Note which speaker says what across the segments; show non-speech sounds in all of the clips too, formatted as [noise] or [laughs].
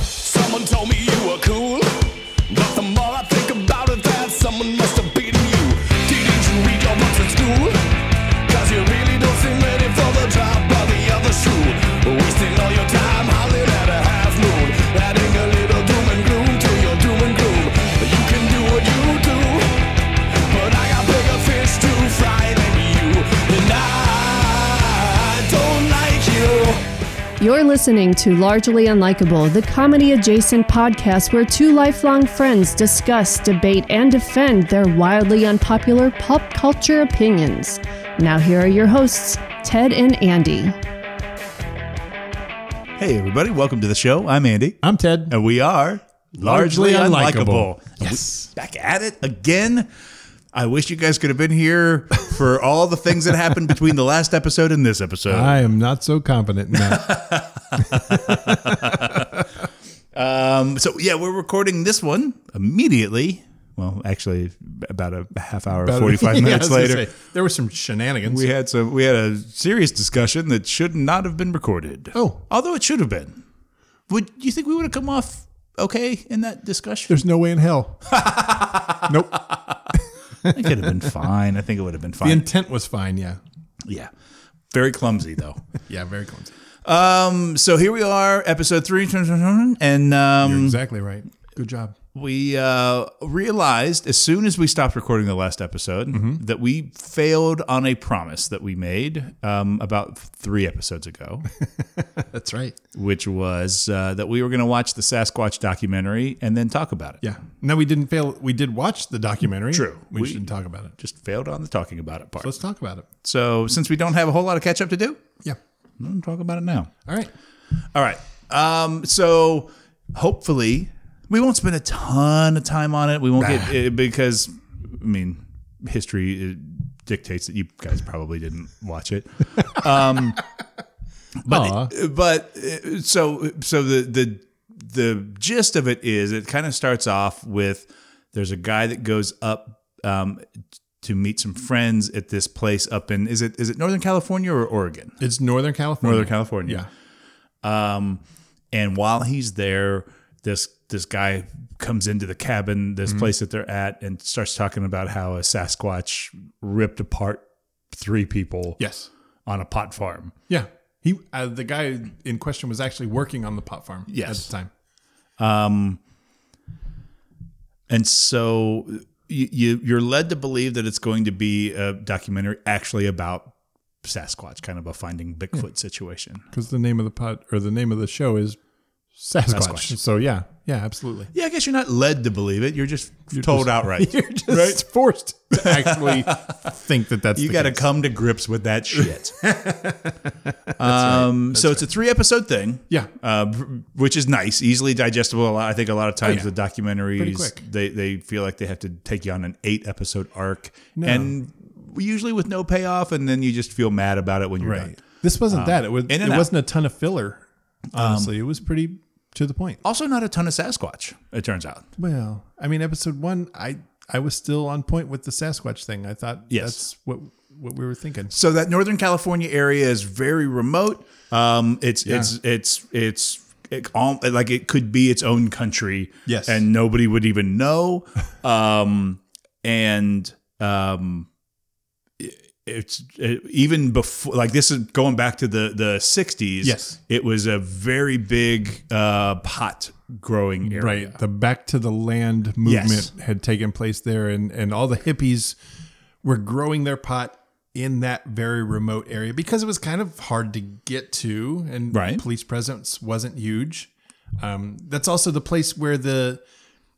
Speaker 1: Someone told me you were cool, but the more I think about it, that someone must have beaten you. Didn't you read your books at school? Cause you really don't seem ready for the drop of the other shoe. Wasting all your time howling at a half moon, adding a little doom and gloom to your doom and gloom. You can do what you do, but I got bigger fish to fry than you, and I don't like you.
Speaker 2: You're listening to Largely Unlikable, the comedy adjacent podcast where two lifelong friends discuss, debate, and defend their wildly unpopular pop culture opinions. Now, here are your hosts, Ted and Andy.
Speaker 3: Hey, everybody, welcome to the show. I'm Andy.
Speaker 4: I'm Ted.
Speaker 3: And we are largely, unlikable.
Speaker 4: Yes.
Speaker 3: Back at it again. I wish you guys could have been here for all the things that happened between the last episode and this episode.
Speaker 4: I am not so confident in that.
Speaker 3: [laughs]
Speaker 4: [laughs]
Speaker 3: Um, so, yeah, we're recording this one immediately. Well, actually, about a half hour,
Speaker 4: [laughs]
Speaker 3: 45
Speaker 4: Yeah, I
Speaker 3: minutes
Speaker 4: was gonna
Speaker 3: later.
Speaker 4: say, there were some shenanigans.
Speaker 3: We had some. We had a serious discussion that should not have been recorded.
Speaker 4: Oh.
Speaker 3: although it should have been. Would you think we would have come off okay in that discussion?
Speaker 4: There's no way in hell.
Speaker 3: [laughs]
Speaker 4: nope.
Speaker 3: I think it'd have been [laughs] fine. I think it would have been
Speaker 4: The
Speaker 3: fine.
Speaker 4: intent was fine. Yeah.
Speaker 3: Yeah. Very clumsy though. [laughs]
Speaker 4: Yeah. Very clumsy.
Speaker 3: Um, so here we are, episode three, and um,
Speaker 4: Exactly right. Good job.
Speaker 3: we uh, realized as soon as we stopped recording the last episode
Speaker 4: Mm-hmm.
Speaker 3: that we failed on a promise that we made um, about three episodes
Speaker 4: [laughs]
Speaker 3: ago,
Speaker 4: That's right.
Speaker 3: which was uh, that we were going to watch the Sasquatch documentary and then talk about it.
Speaker 4: Yeah. No, we didn't fail. We did watch the documentary.
Speaker 3: True.
Speaker 4: We,
Speaker 3: We-
Speaker 4: shouldn't talk about it.
Speaker 3: Just failed on the talking about it part.
Speaker 4: Let's talk about it.
Speaker 3: so since we don't have a whole lot of catch up to do,
Speaker 4: Yeah.
Speaker 3: we'll talk about it now.
Speaker 4: All right.
Speaker 3: All right. Um, so hopefully we won't spend a ton of time on it. We won't get it because I mean history uh, dictates that you guys probably didn't watch it.
Speaker 4: Aw.
Speaker 3: But uh, so so the the the gist of it is it kind of starts off with there's a guy that goes up um, to meet some friends at this place up in is it is it Northern California or Oregon?
Speaker 4: it's Northern California.
Speaker 3: Northern California.
Speaker 4: Yeah.
Speaker 3: And while he's there, this this guy comes into the cabin, this
Speaker 4: Mm-hmm.
Speaker 3: place that they're at, and starts talking about how a Sasquatch ripped apart three people
Speaker 4: Yes.
Speaker 3: on a pot farm.
Speaker 4: Yeah. He, uh, the guy in question was actually working on the pot farm
Speaker 3: Yes.
Speaker 4: at the time.
Speaker 3: And so you, you you're led to believe that it's going to be a documentary actually about Sasquatch, kind of a finding Bigfoot situation.
Speaker 4: because the name of the pod or the name of the show is Sasquatch.
Speaker 3: Sasquatch.
Speaker 4: So yeah, yeah, absolutely.
Speaker 3: Yeah, I guess you're not led to believe it. You're just told outright.
Speaker 4: [laughs] You're just
Speaker 3: [laughs]
Speaker 4: forced to [laughs] actually think that that's
Speaker 3: you
Speaker 4: the
Speaker 3: got to
Speaker 4: case.
Speaker 3: come to grips with that
Speaker 4: [laughs]
Speaker 3: shit. um, so it's a three episode thing.
Speaker 4: Yeah.
Speaker 3: uh, which is nice, easily digestible. A lot, I think a lot of times
Speaker 4: Oh, yeah.
Speaker 3: with documentaries,
Speaker 4: quick.
Speaker 3: they they feel like they have to take you on an eight episode arc, and usually with no payoff, and then you just feel mad about it when you're done.
Speaker 4: right. This wasn't that. It was.
Speaker 3: Um, and
Speaker 4: It
Speaker 3: out. Um,
Speaker 4: wasn't a ton of filler. Honestly, it was pretty to the point.
Speaker 3: Also, not a ton of Sasquatch. It turns out.
Speaker 4: Well, I mean, episode one, I I was still on point with the Sasquatch thing. I thought
Speaker 3: Yes.
Speaker 4: that's what what we were thinking.
Speaker 3: So that Northern California area is very remote. Um, it's, it's it's it's it all like it could be its own country.
Speaker 4: Yes.
Speaker 3: and nobody would even know. [laughs] Um, and um, i- it's it, even before like this is going back to the the '60s.
Speaker 4: Yes.
Speaker 3: it was a very big uh, pot growing area.
Speaker 4: Right. The back to the land movement
Speaker 3: Yes.
Speaker 4: had taken place there and and all the hippies were growing their pot in that very remote area because it was kind of hard to get to and
Speaker 3: Right.
Speaker 4: police presence wasn't huge. Um, that's also the place where the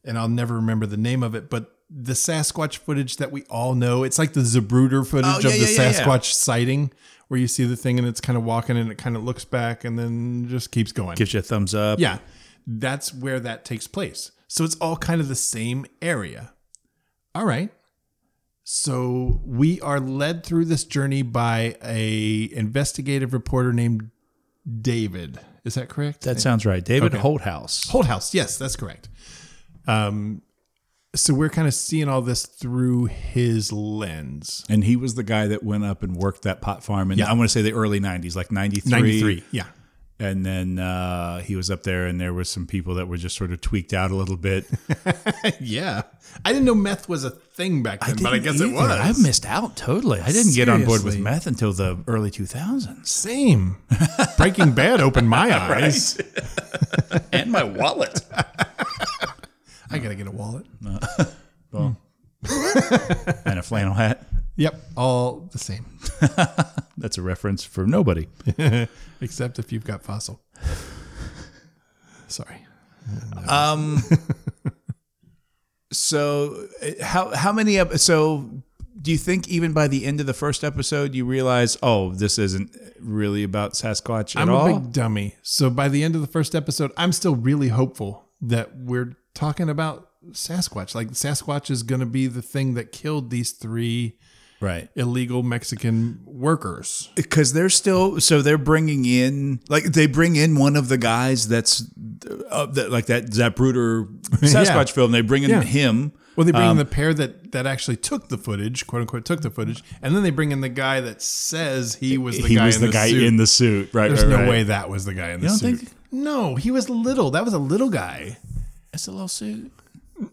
Speaker 4: and I'll never remember the name of it, but the Sasquatch footage that we all know, it's like the Zabruder footage
Speaker 3: Oh, yeah,
Speaker 4: of the
Speaker 3: yeah, yeah, yeah.
Speaker 4: Sasquatch sighting where you see the thing and it's kind of walking and it kind of looks back and then just keeps going.
Speaker 3: Gives you a thumbs up.
Speaker 4: Yeah, that's where that takes place. So it's all kind of the same area. All right. So we are led through this journey by a investigative reporter named David. Is that correct?
Speaker 3: that sounds right. David Holthouse.
Speaker 4: Holdhouse. Yes, that's correct. Um, so we're kind of seeing all this through his lens.
Speaker 3: And he was the guy that went up and worked that pot farm. And I want to say the early 90s, like 93.
Speaker 4: 93. Yeah.
Speaker 3: And then uh, he was up there, and there were some people that were just sort of tweaked out a little [laughs] bit.
Speaker 4: yeah. I didn't know meth was a thing back then, but I guess it
Speaker 3: Didn't
Speaker 4: was.
Speaker 3: either. I missed out totally. I didn't get on board with
Speaker 4: Seriously.
Speaker 3: meth until the early 2000s.
Speaker 4: Same. Breaking Bad
Speaker 3: [laughs]
Speaker 4: opened my eyes.
Speaker 3: and my wallet. [laughs]
Speaker 4: I gotta get a wallet.
Speaker 3: [laughs] and a flannel hat.
Speaker 4: Yep, all the same, [laughs]
Speaker 3: That's a reference for nobody.
Speaker 4: except if you've got fossil. Sorry.
Speaker 3: So uh, how how many ep- so do you think even by the end of the first episode you realize oh this isn't really about Sasquatch at
Speaker 4: I'm
Speaker 3: all?
Speaker 4: a big dummy. So by the end of the first episode, I'm still really hopeful that we're talking about Sasquatch. Like Sasquatch is going to be the thing that killed these three
Speaker 3: right.
Speaker 4: illegal Mexican workers.
Speaker 3: Cuz they're still so they're bringing in like they bring in one of the guys that's uh, that, like that [laughs] Zapruder Sasquatch film they bring in
Speaker 4: Yeah.
Speaker 3: him
Speaker 4: Well, they bring
Speaker 3: Um,
Speaker 4: in the pair that that actually took the footage, quote unquote, took the footage, and then they bring in the guy that says he was the
Speaker 3: he
Speaker 4: guy
Speaker 3: was
Speaker 4: in
Speaker 3: the,
Speaker 4: the
Speaker 3: guy
Speaker 4: suit.
Speaker 3: in the suit right
Speaker 4: There's
Speaker 3: right,
Speaker 4: no
Speaker 3: right.
Speaker 4: way that was the guy in the
Speaker 3: don't
Speaker 4: suit.
Speaker 3: think-
Speaker 4: No, he was little. That was a little guy.
Speaker 3: it's a little suit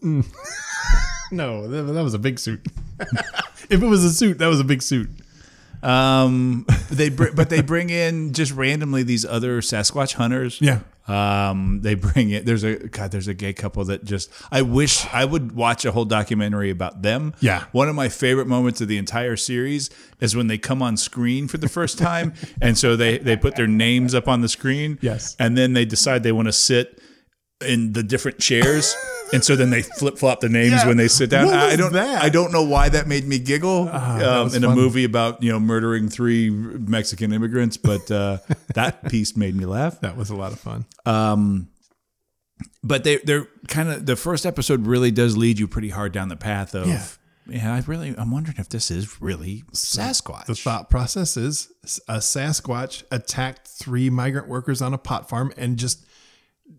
Speaker 4: [laughs] No, that, that was a big suit. [laughs] if it was a suit, that was a big suit.
Speaker 3: um they br- but they bring in just randomly these other Sasquatch hunters
Speaker 4: Yeah.
Speaker 3: Um, they bring it. There's a God. There's a gay couple that just. I wish I would watch a whole documentary about them.
Speaker 4: Yeah.
Speaker 3: One of my favorite moments of the entire series is when they come on screen for the first time, [laughs] and so they they put their names up on the screen.
Speaker 4: Yes.
Speaker 3: And then they decide they want to sit in the different chairs. And so then they flip flop the names
Speaker 4: Yeah.
Speaker 3: when they sit down.
Speaker 4: What
Speaker 3: I
Speaker 4: was
Speaker 3: don't.
Speaker 4: that? Ah,
Speaker 3: I don't know why that made me giggle um,
Speaker 4: was
Speaker 3: in a
Speaker 4: fun.
Speaker 3: movie about you know murdering three Mexican immigrants, but uh, that piece made me
Speaker 4: [laughs]
Speaker 3: laugh
Speaker 4: That was a lot of fun.
Speaker 3: but they they're kind of the first episode really does lead you pretty hard down the path of yeah.
Speaker 4: Yeah.
Speaker 3: I really I'm wondering if this is really Sasquatch.
Speaker 4: The thought process is a Sasquatch attacked three migrant workers on a pot farm and just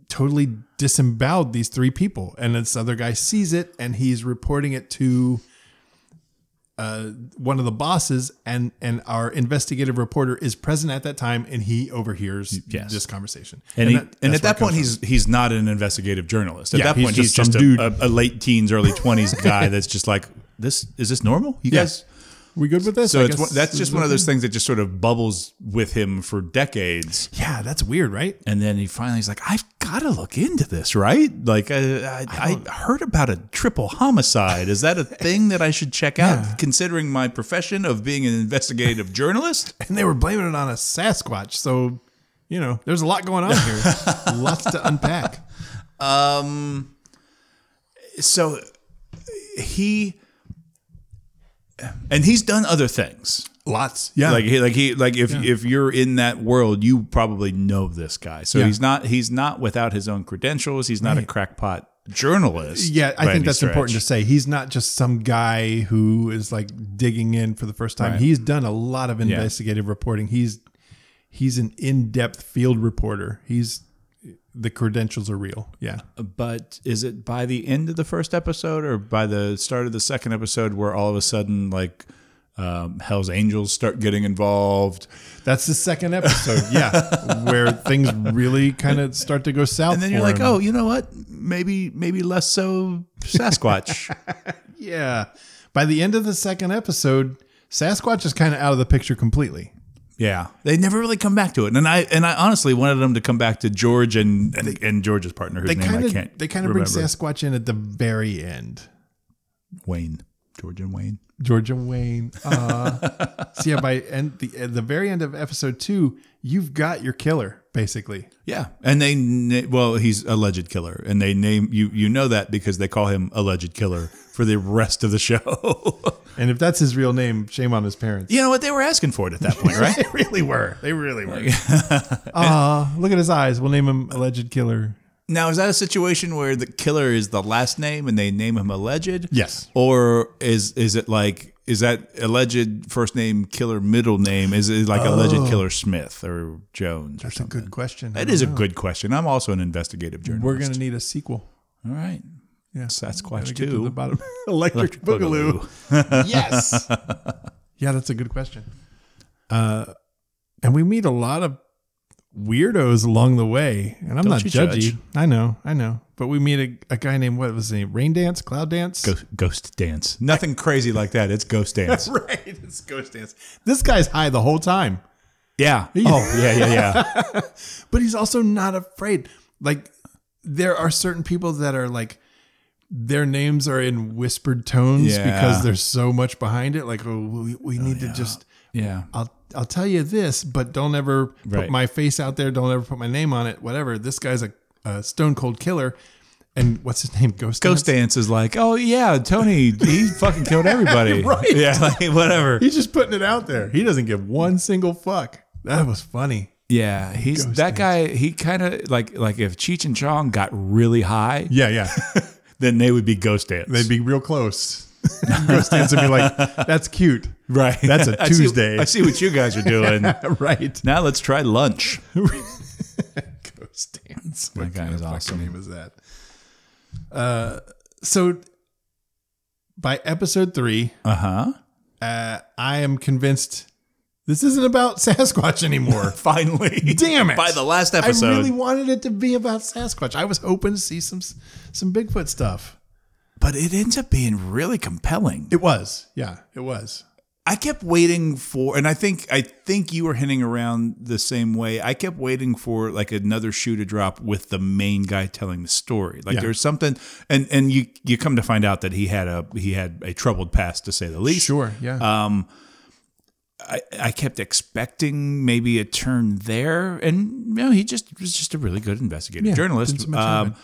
Speaker 4: totally disemboweled these three people. And this other guy sees it and he's reporting it to uh, one of the bosses. And, and our investigative reporter is present at that time and he overhears
Speaker 3: Yes.
Speaker 4: this conversation.
Speaker 3: and, he,
Speaker 4: that-
Speaker 3: and at
Speaker 4: that's where it
Speaker 3: that point
Speaker 4: comes
Speaker 3: he's he's not an investigative journalist. At
Speaker 4: Yeah,
Speaker 3: that
Speaker 4: he's
Speaker 3: point he's
Speaker 4: just
Speaker 3: just,
Speaker 4: some
Speaker 3: a, a, a late teens
Speaker 4: [laughs]
Speaker 3: early 20s guy that's just like this is this normal? You
Speaker 4: Yeah.
Speaker 3: guys
Speaker 4: from. we good with this?
Speaker 3: so
Speaker 4: I
Speaker 3: it's
Speaker 4: guess
Speaker 3: one, that's
Speaker 4: this is
Speaker 3: just one of
Speaker 4: okay.
Speaker 3: those things that just sort of bubbles with him for decades,
Speaker 4: Yeah, that's weird, right?
Speaker 3: and then he finally is like, "I've got to look into this, right? Like, I, I, I heard about a triple homicide. Is
Speaker 4: [laughs]
Speaker 3: that a thing that I should check out? Considering my profession of being an investigative journalist,
Speaker 4: and they were blaming it on a Sasquatch. So, you know, there's a lot going
Speaker 3: [laughs]
Speaker 4: on here. Lots to unpack.
Speaker 3: so he and he's done other things.
Speaker 4: Lots. Yeah.
Speaker 3: Like he, like he, like if if you're in that world, you probably know this guy. So
Speaker 4: Yeah.
Speaker 3: he's not he's not without his own credentials. He's not a crackpot journalist.
Speaker 4: yeah, I
Speaker 3: by any
Speaker 4: think that's important
Speaker 3: stretch.
Speaker 4: to say. He's not just some guy who is like digging in for the first time. He's done a lot of investigative reporting. He's he's an in-depth field reporter. He's the credentials are real. Yeah.
Speaker 3: But is it by the end of the first episode or by the start of the second episode where all of a sudden like um, Hell's Angels start getting involved?
Speaker 4: That's the second episode.
Speaker 3: [laughs]
Speaker 4: Yeah. where things really kind of start to go south.
Speaker 3: And then you're
Speaker 4: for
Speaker 3: like,
Speaker 4: him.
Speaker 3: oh, you know what? Maybe maybe less so [laughs] Sasquatch.
Speaker 4: Yeah. By the end of the second episode, Sasquatch is kind of out of the picture completely.
Speaker 3: yeah, they never really come back to it. And I and I honestly wanted them to come back to George and and, and George's partner whose
Speaker 4: They
Speaker 3: name
Speaker 4: kind
Speaker 3: I can't
Speaker 4: of they kind of bring
Speaker 3: remember.
Speaker 4: Sasquatch in at the very end.
Speaker 3: Wayne George and Wayne.
Speaker 4: Georgia Wayne.
Speaker 3: [laughs]
Speaker 4: Uh, so yeah, by end the at the very end of episode two, you've got your killer basically.
Speaker 3: Yeah, and they na- well, he's alleged killer, and they name you you know that because they call him alleged killer for the rest of the show. [laughs]
Speaker 4: And if that's his real name, shame on his parents.
Speaker 3: you know what they were asking for it at that point, right?
Speaker 4: They really were. They really were. [laughs] Ah, look at his eyes. We'll name him alleged killer.
Speaker 3: [laughs] now, is that a situation where the killer is the last name and they name him alleged?
Speaker 4: Yes.
Speaker 3: Or is is it like is that alleged first name killer middle name? Is it like alleged killer Smith or Jones or
Speaker 4: That's a
Speaker 3: something?
Speaker 4: good question.
Speaker 3: That is a Oh. good question. I'm also an investigative journalist.
Speaker 4: We're gonna need a sequel.
Speaker 3: all right.
Speaker 4: Yeah,
Speaker 3: Sasquatch
Speaker 4: Gotta get to the
Speaker 3: two.
Speaker 4: bottom. [laughs] Electric, Boogaloo. yes. yeah, that's a good question. Uh, and we meet a lot of weirdos along the way, and I'm
Speaker 3: Don't
Speaker 4: not
Speaker 3: you
Speaker 4: judgy.
Speaker 3: judge.
Speaker 4: I know, I know. But we meet a, a guy named what was his name? Rain Dance, Cloud Dance.
Speaker 3: Ghost, ghost dance. Nothing crazy like that. It's [laughs] ghost dance.
Speaker 4: [laughs] right, it's Ghost Dance. This guy's high the whole time,
Speaker 3: [laughs] Yeah. Oh, yeah, yeah, yeah.
Speaker 4: but he's also not afraid. Like there are certain people that are like their names are in whispered tones
Speaker 3: Yeah.
Speaker 4: because there's so much behind it. Like, oh, we, we need to just
Speaker 3: Yeah.
Speaker 4: I'll I'll tell you this, but don't ever put
Speaker 3: Right.
Speaker 4: my face out there. Don't ever put my name on it. Whatever. This guy's a, a stone cold killer. And what's his name? Ghost.
Speaker 3: Ghost
Speaker 4: Dance?
Speaker 3: dance is like, oh yeah, Tony, he fucking killed [laughs] everybody.
Speaker 4: Right.
Speaker 3: Yeah, like, whatever.
Speaker 4: He's just putting it out there. He doesn't give one single fuck. That was funny.
Speaker 3: Yeah, he's that guy. He kind of like like if Cheech and Chong got really high,
Speaker 4: Yeah, yeah.
Speaker 3: then they would be ghost dance.
Speaker 4: They'd be real close. [laughs] Ghost Dance would be like, [laughs] "That's cute."
Speaker 3: [laughs] right.
Speaker 4: That's
Speaker 3: [laughs]
Speaker 4: a
Speaker 3: I see-
Speaker 4: Tuesday.
Speaker 3: I see, what you guys are doing.
Speaker 4: [laughs] right.
Speaker 3: now let's try lunch. [laughs]
Speaker 4: Ghost Dance.
Speaker 3: That
Speaker 4: What
Speaker 3: guy
Speaker 4: kind
Speaker 3: is
Speaker 4: of fucking
Speaker 3: awesome.
Speaker 4: name is that? Uh, so by episode three,
Speaker 3: Uh huh.
Speaker 4: uh, I am convinced this isn't about [laughs] Sasquatch anymore.
Speaker 3: Finally,
Speaker 4: Damn it!
Speaker 3: By the last [laughs] episode,
Speaker 4: I really wanted it to be about Sasquatch. I was hoping to see some some Bigfoot stuff.
Speaker 3: but it ends up being really compelling.
Speaker 4: It was, yeah, it was.
Speaker 3: I kept waiting for, and I think I think you were hinting around the same way. I kept waiting for like another shoe to drop with the main guy telling the story. Like
Speaker 4: Yeah.
Speaker 3: there's something, and and you you come to find out that he had a he had a troubled past to say the least.
Speaker 4: Sure, yeah.
Speaker 3: Uh, I, I kept expecting maybe a turn there, and you know he just was just a really good investigative
Speaker 4: Yeah, didn't
Speaker 3: journalist.
Speaker 4: so much of
Speaker 3: Um,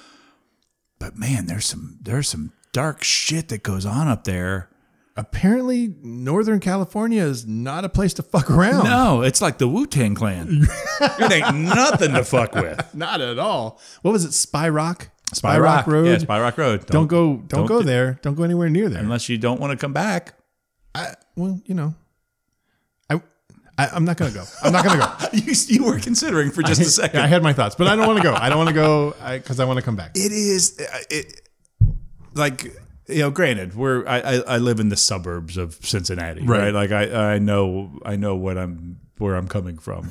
Speaker 3: but man, there's some there's some dark shit that goes on up there.
Speaker 4: Apparently, Northern California is not a place to fuck around.
Speaker 3: No, it's like the Wu Tang Clan.
Speaker 4: [laughs]
Speaker 3: it ain't nothing to fuck with.
Speaker 4: not at all. What was it? Spy Rock.
Speaker 3: Spy, Rock,
Speaker 4: Road.
Speaker 3: Yeah, Spy Rock Road.
Speaker 4: don't, go. Don't,
Speaker 3: don't
Speaker 4: go
Speaker 3: do-
Speaker 4: there. Don't go anywhere near there.
Speaker 3: unless you don't want to come back. [laughs]
Speaker 4: I, well, you know, I, I I'm not gonna go. I'm not gonna go. [laughs]
Speaker 3: you, you were considering for just a second.
Speaker 4: Yeah, [laughs] I had my thoughts, but I don't want to go. I don't want to go because I, want to come back.
Speaker 3: it is uh, it like you know. Granted, we're I, I, I live in the suburbs of Cincinnati,
Speaker 4: Right.
Speaker 3: right? Like I I know I know what I'm where I'm coming
Speaker 4: [laughs]
Speaker 3: from.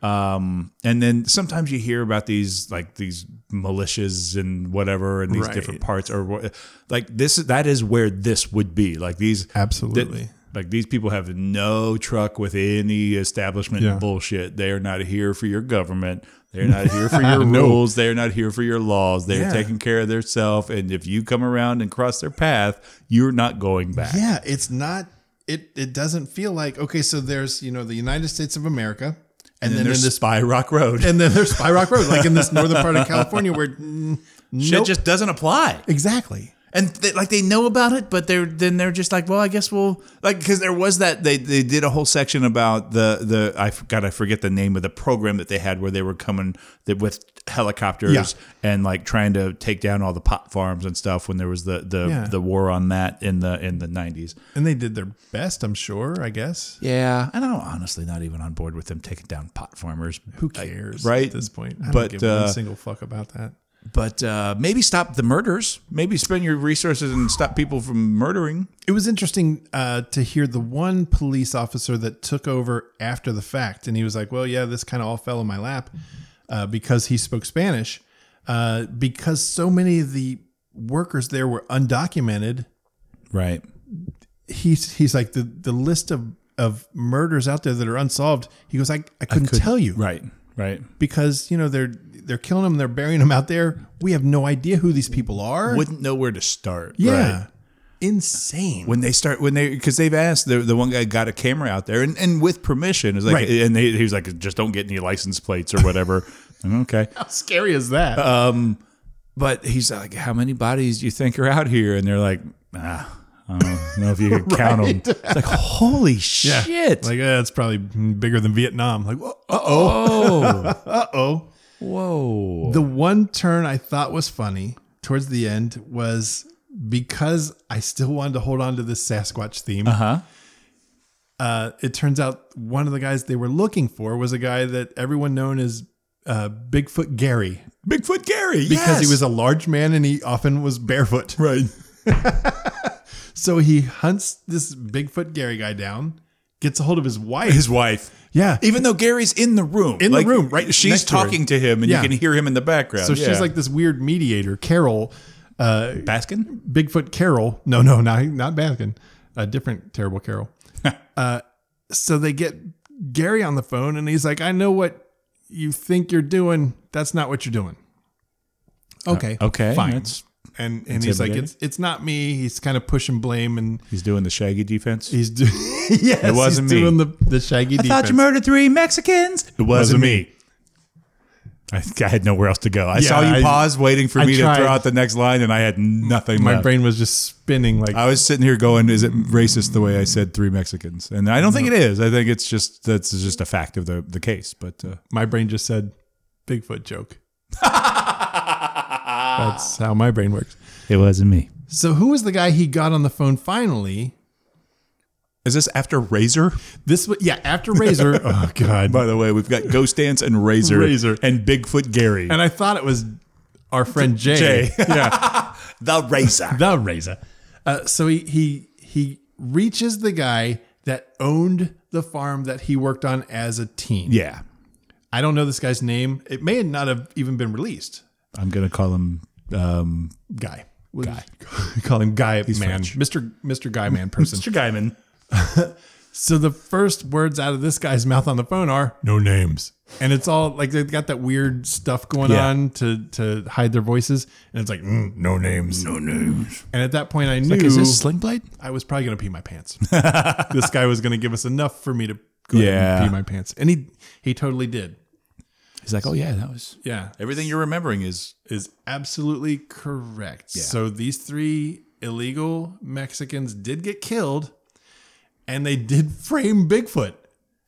Speaker 3: um, and then sometimes you hear about these like these militias and whatever, and these
Speaker 4: Right.
Speaker 3: different parts or what- like this. That is where this would be like these
Speaker 4: Absolutely.
Speaker 3: that- like these people have no truck with any establishment
Speaker 4: Yeah.
Speaker 3: bullshit. They are not here for your government. They're not here
Speaker 4: [laughs]
Speaker 3: for your
Speaker 4: No.
Speaker 3: rules. They are not here for your laws. They
Speaker 4: Yeah.
Speaker 3: are taking care of themselves. And if you come around and cross their path, you're not going back.
Speaker 4: Yeah, it's not. It it doesn't feel like okay. So there's you know the United States of America, and,
Speaker 3: And
Speaker 4: then,
Speaker 3: then there's
Speaker 4: in
Speaker 3: the
Speaker 4: this
Speaker 3: Spy Rock Road.
Speaker 4: [laughs] and then there's Spy Rock Road, like in this northern [laughs] part of California where mm,
Speaker 3: Shit
Speaker 4: nope.
Speaker 3: just doesn't apply.
Speaker 4: exactly
Speaker 3: and they, like they know about it, but they're then they're just like, well, I guess we'll like because there was that they they did a whole section about the the I f- God I forget the name of the program that they had where they were coming that with helicopters
Speaker 4: Yeah.
Speaker 3: and like trying to take down all the pot farms and stuff when there was the the
Speaker 4: Yeah.
Speaker 3: the war on that in the in the nineties.
Speaker 4: and they did their best. I'm sure. I guess
Speaker 3: Yeah, and I'm honestly not even on board with them taking down pot farmers.
Speaker 4: who cares,
Speaker 3: right?
Speaker 4: At this point, I don't
Speaker 3: But,
Speaker 4: give
Speaker 3: uh,
Speaker 4: one single fuck about that.
Speaker 3: But uh, maybe stop the murders. Maybe spend your resources and stop people from murdering.
Speaker 4: It was interesting uh, to hear the one police officer that took over after the fact, and he was like, "Well, yeah, this kind of all fell in my lap uh, because he spoke Spanish, uh, because so many of the workers there were undocumented."
Speaker 3: Right.
Speaker 4: He's he's like the the list of of murders out there that are unsolved. He goes, "I I couldn't tell you,
Speaker 3: Right. Right.
Speaker 4: Because you know they're they're killing them, they're burying them out there. We have no idea who these people are.
Speaker 3: Wouldn't know where to start.
Speaker 4: yeah,
Speaker 3: Right.
Speaker 4: insane.
Speaker 3: when they start when they because they've asked the, the one guy got a camera out there and, and with permission is like
Speaker 4: Right.
Speaker 3: and they, he was like just don't get any license plates or
Speaker 4: [laughs]
Speaker 3: whatever okay
Speaker 4: How scary is that?
Speaker 3: but he's like how many bodies do you think are out here and they're like ah, I don't know if you can [laughs] count them it's like holy
Speaker 4: Yeah.
Speaker 3: shit
Speaker 4: Like, uh, it's probably bigger than Vietnam. Like, uh oh.
Speaker 3: oh
Speaker 4: Uh oh.
Speaker 3: whoa
Speaker 4: The one turn I thought was funny towards the end was because I still wanted to hold on to this Sasquatch theme.
Speaker 3: huh
Speaker 4: Uh, it turns out one of the guys they were looking for was a guy that everyone known as uh, Bigfoot Gary
Speaker 3: Bigfoot Gary
Speaker 4: because he was
Speaker 3: a-
Speaker 4: a large man and he often was barefoot. [laughs]
Speaker 3: right
Speaker 4: So he hunts this Bigfoot Gary guy down, gets a hold of his wife.
Speaker 3: his wife.
Speaker 4: yeah.
Speaker 3: Even though Gary's in the room,
Speaker 4: In the room, right
Speaker 3: She's
Speaker 4: next to her.
Speaker 3: talking to him, and
Speaker 4: Yeah.
Speaker 3: you can hear him in the background.
Speaker 4: so
Speaker 3: Yeah.
Speaker 4: she's like this weird mediator, Carol, uh,
Speaker 3: Baskin.
Speaker 4: Bigfoot Carol. No, no, not not Baskin. A different
Speaker 3: [laughs]
Speaker 4: terrible Carol. uh, so they get Gary on the phone, and he's like, "I know what you think you're doing. That's not what you're doing." Okay.
Speaker 3: Uh, okay,
Speaker 4: Fine.
Speaker 3: that's-
Speaker 4: and and he's like,
Speaker 3: intimidating.
Speaker 4: "It's it's not me." He's kind of pushing blame, and
Speaker 3: He's doing the Shaggy defense.
Speaker 4: he's doing [laughs] yes, it
Speaker 3: wasn't
Speaker 4: he's
Speaker 3: me.
Speaker 4: doing the the shaggy
Speaker 3: I thought
Speaker 4: defense.
Speaker 3: you murdered three Mexicans. It
Speaker 4: Wasn't me.
Speaker 3: I, think I had nowhere else to go. I
Speaker 4: Yeah,
Speaker 3: saw you
Speaker 4: I-
Speaker 3: pause, waiting for
Speaker 4: I
Speaker 3: me
Speaker 4: tried.
Speaker 3: to throw out the next line, and I had nothing.
Speaker 4: My
Speaker 3: left.
Speaker 4: brain was just spinning like
Speaker 3: I was sitting here going, "Is it racist the way I said three Mexicans?" And I don't think it is. I think it's just that's just a fact of the the case. But uh,
Speaker 4: my brain just said Bigfoot
Speaker 3: [laughs]
Speaker 4: joke. That's how my brain works.
Speaker 3: it wasn't me.
Speaker 4: So who was the guy he got on the phone finally?
Speaker 3: Is this after Razor?
Speaker 4: This was yeah, after Razor. oh god.
Speaker 3: By the way, we've got Ghost Dance and Razor,
Speaker 4: Razor.
Speaker 3: and Bigfoot Gary,
Speaker 4: and I thought it was our friend Jay.
Speaker 3: Jay.
Speaker 4: yeah.
Speaker 3: [laughs] the Razor.
Speaker 4: [laughs] The Razor. Uh, so he he he reaches the guy that owned the farm that he worked on as a teen.
Speaker 3: Yeah,
Speaker 4: I don't know this guy's name. It may not have even been released.
Speaker 3: I'm gonna call him um,
Speaker 4: Guy. Guy. [laughs] Call him Guy Man.
Speaker 3: French.
Speaker 4: Mr. Mr. Guy Man person.
Speaker 3: Guyman.
Speaker 4: So the first words out of this guy's mouth on the phone are no names. And it's all like they've got that weird stuff going
Speaker 3: Yeah.
Speaker 4: on to to hide their voices. And it's like, mm, no names. No names. And at that point, I knew
Speaker 3: Sling Blade?
Speaker 4: I was probably going to pee my pants.
Speaker 3: [laughs]
Speaker 4: this guy was going to give us enough for me to go ahead
Speaker 3: Yeah.
Speaker 4: and pee my pants. And he, he totally did.
Speaker 3: He's like, oh yeah, that was
Speaker 4: Yeah.
Speaker 3: everything you're remembering is
Speaker 4: Is absolutely correct. So these three illegal Mexicans did get killed and they did frame Bigfoot.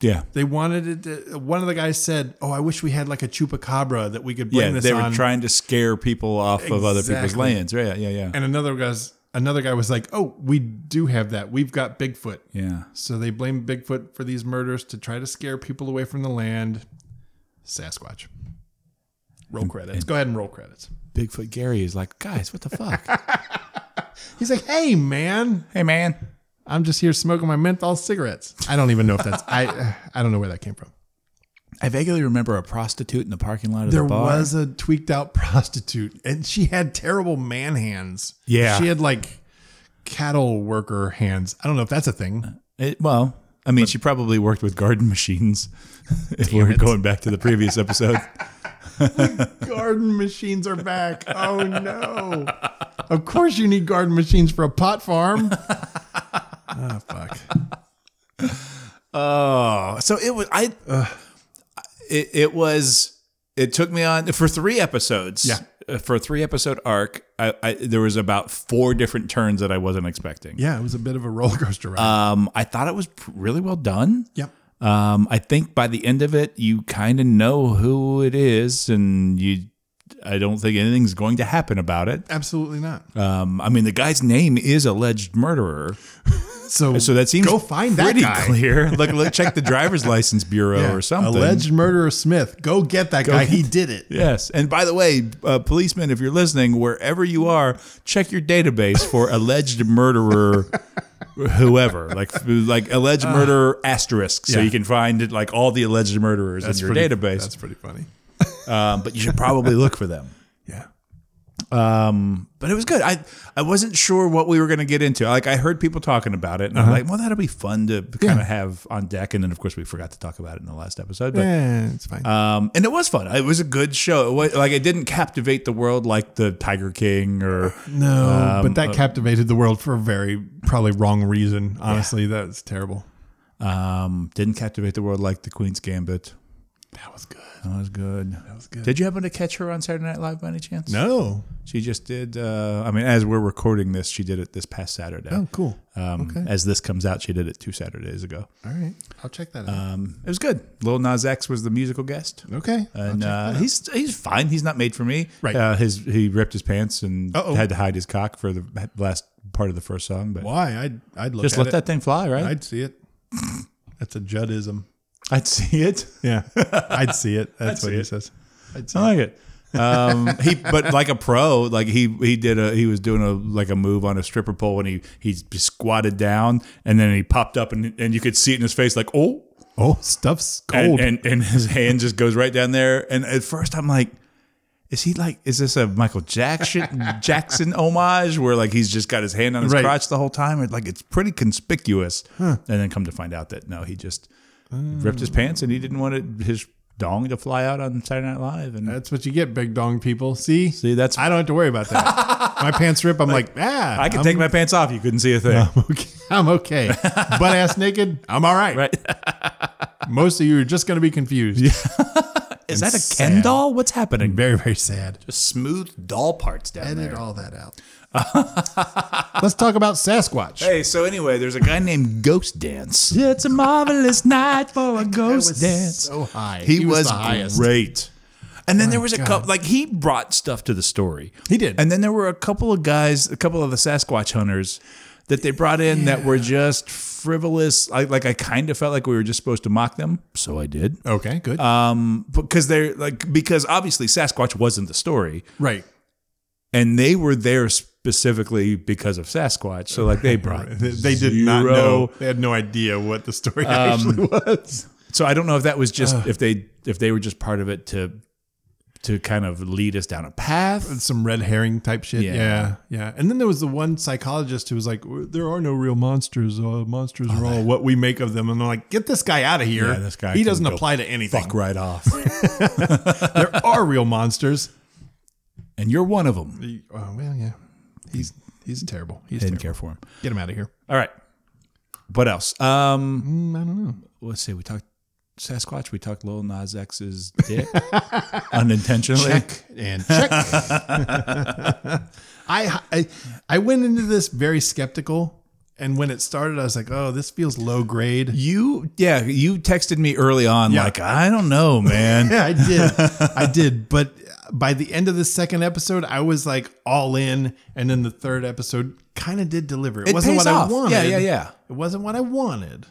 Speaker 3: yeah.
Speaker 4: They wanted it. To, one of the guys said, "Oh, I wish we had like a chupacabra that we could blame
Speaker 3: Yeah,
Speaker 4: this
Speaker 3: they were
Speaker 4: on."
Speaker 3: trying to scare people off of other people's
Speaker 4: Exactly.
Speaker 3: lands. Yeah, yeah, yeah.
Speaker 4: and another guys, another guy was like, "Oh, we do have that. We've got Bigfoot."
Speaker 3: yeah.
Speaker 4: So they blame Bigfoot for these murders to try to scare people away from the land. Sasquatch. Roll credits. Go ahead and roll credits.
Speaker 3: Bigfoot Gary is like, guys, what the fuck?
Speaker 4: He's like, "Hey, man,
Speaker 3: [laughs] hey man.
Speaker 4: I'm just here smoking my menthol cigarettes." I don't even know if that's I. I don't know where that came from.
Speaker 3: I vaguely remember a prostitute in the parking lot of
Speaker 4: There
Speaker 3: the bar.
Speaker 4: was a tweaked out [laughs] prostitute, and she had terrible man hands.
Speaker 3: Yeah.
Speaker 4: she had like cattle worker hands. I don't know if that's a thing.
Speaker 3: It, well, I mean, she probably worked with garden machines. [laughs] if we're going back to the previous episode,
Speaker 4: [laughs] Garden machines are back. Oh no! [laughs] Of course, you need garden machines for a pot farm. Ah, fuck.
Speaker 3: [laughs] oh, so it was. I. It, it was. It took me on for three episodes.
Speaker 4: Yeah.
Speaker 3: Uh, For a three episode arc, I, I there was about four different turns that I wasn't expecting.
Speaker 4: [laughs] Yeah, it was a bit of a roller coaster ride.
Speaker 3: Um, I thought it was pr- really well done.
Speaker 4: yep.
Speaker 3: Um, I think by the end of it, you kind of know who it is, and you. I don't think anything's going to happen about it.
Speaker 4: Absolutely not.
Speaker 3: Um, I mean, the guy's name is alleged murderer,
Speaker 4: So,
Speaker 3: so that seems
Speaker 4: go find that
Speaker 3: pretty
Speaker 4: guy. [laughs]
Speaker 3: clear. Look, look, check the driver's license bureau
Speaker 4: Yeah.
Speaker 3: or something.
Speaker 4: Alleged murderer Smith. Go get that guy. He did [laughs] it.
Speaker 3: Yes, and by the way, uh, policemen, if you're listening, wherever you are, check your database for
Speaker 4: [laughs]
Speaker 3: alleged murderer, whoever, like like alleged murderer asterisk, so
Speaker 4: Ah. yeah.
Speaker 3: you can find it like all the alleged murderers in your
Speaker 4: pretty,
Speaker 3: database.
Speaker 4: That's pretty funny.
Speaker 3: Um, but you should probably look for them.
Speaker 4: Yeah.
Speaker 3: [laughs] but it was good. I I wasn't sure what we were going to get into. Like I heard people talking about it, and I'm like, well, that'll be fun to kind of have on deck. And then of course we forgot to talk about it in the last episode. But
Speaker 4: Yeah, Eh, it's fine.
Speaker 3: um, and it was fun. It was a good show. It was, like it didn't captivate the world like the Tiger King or
Speaker 4: No,
Speaker 3: Um,
Speaker 4: but
Speaker 3: uh,
Speaker 4: that captivated the world for a very probably wrong reason. Honestly, that's terrible.
Speaker 3: um, didn't captivate the world like the Queen's Gambit.
Speaker 4: That was good.
Speaker 3: That was good. That was good. Did you happen to catch her on Saturday Night Live by any chance?
Speaker 4: No.
Speaker 3: She just did. Uh, I mean, as we're recording this, she did it this past Saturday.
Speaker 4: Oh, cool.
Speaker 3: Um, As this comes out, she did it two Saturdays ago.
Speaker 4: All right. I'll check that out.
Speaker 3: Um, it was good. Lil Nas X was the musical guest.
Speaker 4: okay.
Speaker 3: Um, and uh, he's he's fine. He's not made for me.
Speaker 4: Right.
Speaker 3: Uh, his he ripped his pants and
Speaker 4: Uh-oh.
Speaker 3: had to hide his cock for the last part of the first song. But
Speaker 4: Why? I'd I'd look
Speaker 3: just
Speaker 4: at
Speaker 3: let
Speaker 4: it.
Speaker 3: that thing fly, right?
Speaker 4: I'd see it.
Speaker 3: [laughs]
Speaker 4: That's a Juddism.
Speaker 3: I'd, see it.
Speaker 4: Yeah. [laughs] I'd see it. That's what
Speaker 3: see
Speaker 4: he
Speaker 3: it.
Speaker 4: says.
Speaker 3: I like it. Um, he, but like a pro, like he he did a he was doing a like a move on a stripper pole and he he squatted down and then he popped up and and you could see it in his face like oh
Speaker 4: Oh, stuff's
Speaker 3: and,
Speaker 4: cold.
Speaker 3: and and his hand just goes right down there. And at first, I'm like, is he like, is this a Michael Jackson Jackson homage where like he's just got his hand on his
Speaker 4: Right.
Speaker 3: crotch the whole time? It- Like it's pretty conspicuous. And then come to find out that no, he just
Speaker 4: Oh.
Speaker 3: ripped his pants and he didn't want it, his dong to fly out on Saturday Night Live. And
Speaker 4: that's what you get, big dong people. See,
Speaker 3: see, that's
Speaker 4: I
Speaker 3: I,
Speaker 4: don't have to worry
Speaker 3: [laughs]
Speaker 4: about that. my pants rip. I'm like, ah,
Speaker 3: can
Speaker 4: I'm,
Speaker 3: take my pants off. You couldn't see a thing. [laughs]
Speaker 4: okay. I'm okay. Butt ass naked. I'm all right.
Speaker 3: [laughs] Right.
Speaker 4: Most of you are just going to be confused.
Speaker 3: Is that a
Speaker 4: Sad.
Speaker 3: Ken doll? What's happening?
Speaker 4: Very, very sad.
Speaker 3: Smooth doll parts down
Speaker 4: Edit all that out. [laughs] Let's talk about Sasquatch.
Speaker 3: Hey, so anyway, there's a guy named Ghost Dance. It's a marvelous night for a ghost dance.
Speaker 4: so high.
Speaker 3: He, was,
Speaker 4: the highest.
Speaker 3: great. And then there was a
Speaker 4: God.
Speaker 3: couple, like he brought stuff to the story.
Speaker 4: He did.
Speaker 3: And then there were a couple of guys, a couple of the Sasquatch hunters that they brought in that were just frivolous. I, like I kind of felt like we were just supposed to mock them, so I did.
Speaker 4: Okay, good.
Speaker 3: Because they're like because obviously Sasquatch wasn't the story,
Speaker 4: right.
Speaker 3: and they were there specifically because of Sasquatch. So like
Speaker 4: [laughs]
Speaker 3: they brought
Speaker 4: They, they did not
Speaker 3: zero-
Speaker 4: know. They had no idea what the story actually was.
Speaker 3: So I don't know if that was just if they if they were just part of it to to kind of lead us down a path.
Speaker 4: Some red herring type shit. Yeah.
Speaker 3: Yeah.
Speaker 4: yeah, And then there was the one psychologist who was like, "There are no real monsters. Uh, monsters are all what we make of them." And they're like, "Get this guy out of here.
Speaker 3: Yeah, this guy
Speaker 4: he
Speaker 3: can
Speaker 4: doesn't
Speaker 3: go
Speaker 4: apply to anything.
Speaker 3: Fuck right off,
Speaker 4: There are real monsters."
Speaker 3: [laughs] and you're one of them.
Speaker 4: He- oh, well, yeah. He's he's terrible. He's
Speaker 3: Didn't
Speaker 4: terrible.
Speaker 3: care for him.
Speaker 4: Get him out of here.
Speaker 3: All right. What else? Um,
Speaker 4: Mm, I don't know.
Speaker 3: let's see. We talked Sasquatch. We talked Lil Nas X's
Speaker 4: [laughs]
Speaker 3: dick unintentionally.
Speaker 4: check and check. [laughs] I, I I went into this very skeptical, and when it started, I was like, "Oh, this feels low grade."
Speaker 3: You yeah. You texted me early on
Speaker 4: Yeah.
Speaker 3: like I don't know,
Speaker 4: [laughs]
Speaker 3: man.
Speaker 4: Yeah, I did, I did. But by the end of the second episode, I was like all in, and then the third episode kind of did deliver. It,
Speaker 3: It
Speaker 4: wasn't
Speaker 3: pays
Speaker 4: what
Speaker 3: off.
Speaker 4: I
Speaker 3: Yeah,
Speaker 4: wanted.
Speaker 3: yeah, yeah.
Speaker 4: It wasn't what I wanted.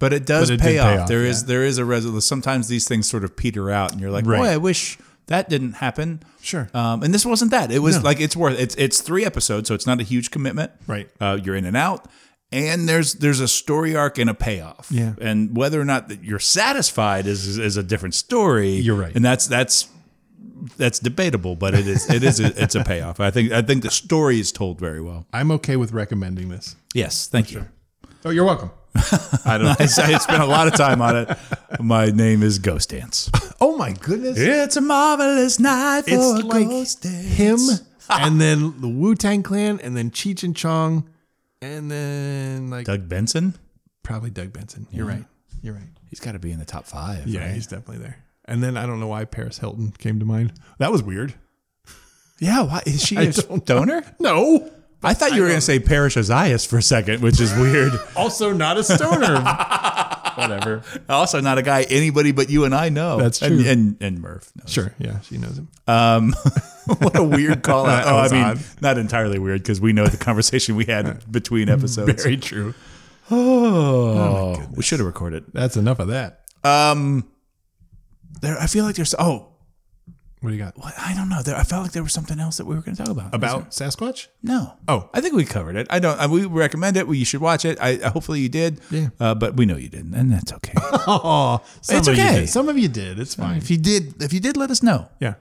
Speaker 3: But it does
Speaker 4: But it
Speaker 3: pay,
Speaker 4: did
Speaker 3: off.
Speaker 4: pay
Speaker 3: There
Speaker 4: off,
Speaker 3: is there is a resolution. Sometimes these things sort of peter out, and you're like,
Speaker 4: Right.
Speaker 3: boy, I wish that didn't happen.
Speaker 4: Sure.
Speaker 3: Um, and this wasn't that. It was like it's worth it's it's three episodes, so it's not a huge commitment.
Speaker 4: Right.
Speaker 3: Uh, you're in and out, and there's there's a story arc and a payoff.
Speaker 4: Yeah.
Speaker 3: And whether or not that you're satisfied is is, is a different story.
Speaker 4: You're right.
Speaker 3: And that's that's. That's debatable, but it is it is a, it's a payoff. I think I think the story is told very well.
Speaker 4: I'm okay with recommending this.
Speaker 3: Yes, thank you.
Speaker 4: Oh, you're welcome.
Speaker 3: I [laughs] don't. I, I spent a lot of time on it. My name is Ghost Dance.
Speaker 4: [laughs] Oh my goodness.
Speaker 3: It's a marvelous night for
Speaker 4: It's
Speaker 3: a
Speaker 4: like
Speaker 3: ghost dance.
Speaker 4: [laughs] him, and then the Wu Tang Clan, and then Cheech and Chong, and then like
Speaker 3: Doug Benson.
Speaker 4: probably Doug Benson. You're right. You're right.
Speaker 3: He's got to be in the top five.
Speaker 4: Yeah, he's definitely there. And then I don't know why Paris Hilton came to mind. That was weird.
Speaker 3: Yeah, why is she
Speaker 4: [laughs]
Speaker 3: [laughs]
Speaker 4: I
Speaker 3: a
Speaker 4: don't
Speaker 3: stoner?
Speaker 4: No.
Speaker 3: I thought you were going to say Parish Ozias for a second, which is [laughs] weird.
Speaker 4: Also not a stoner. Whatever.
Speaker 3: also, not a guy anybody but you and I know.
Speaker 4: That's
Speaker 3: And
Speaker 4: true.
Speaker 3: and, and Murph. knows. [laughs]
Speaker 4: [laughs] Sure. Yeah, she knows him.
Speaker 3: what a weird call out. [laughs]
Speaker 4: That
Speaker 3: Oh, I
Speaker 4: was
Speaker 3: mean,
Speaker 4: odd.
Speaker 3: not entirely weird because we know the conversation we [laughs] had between episodes.
Speaker 4: Very true.
Speaker 3: Oh, we should have recorded.
Speaker 4: That's enough of that.
Speaker 3: Um, there. I feel like there's. Oh,
Speaker 4: What do you got?
Speaker 3: what- I don't know. There, I felt like there was something else that we were going to talk about.
Speaker 4: About Sasquatch?
Speaker 3: No.
Speaker 4: Oh.
Speaker 3: I think we covered it. I don't. I, we recommend it. We, you should watch it. I hopefully you did.
Speaker 4: Yeah.
Speaker 3: Uh, but we know you didn't, and that's [laughs] okay.
Speaker 4: Oh, some
Speaker 3: It's
Speaker 4: of
Speaker 3: okay.
Speaker 4: you did. Some of you did. It's fine.
Speaker 3: if you did, if you did, let us know.
Speaker 4: Yeah.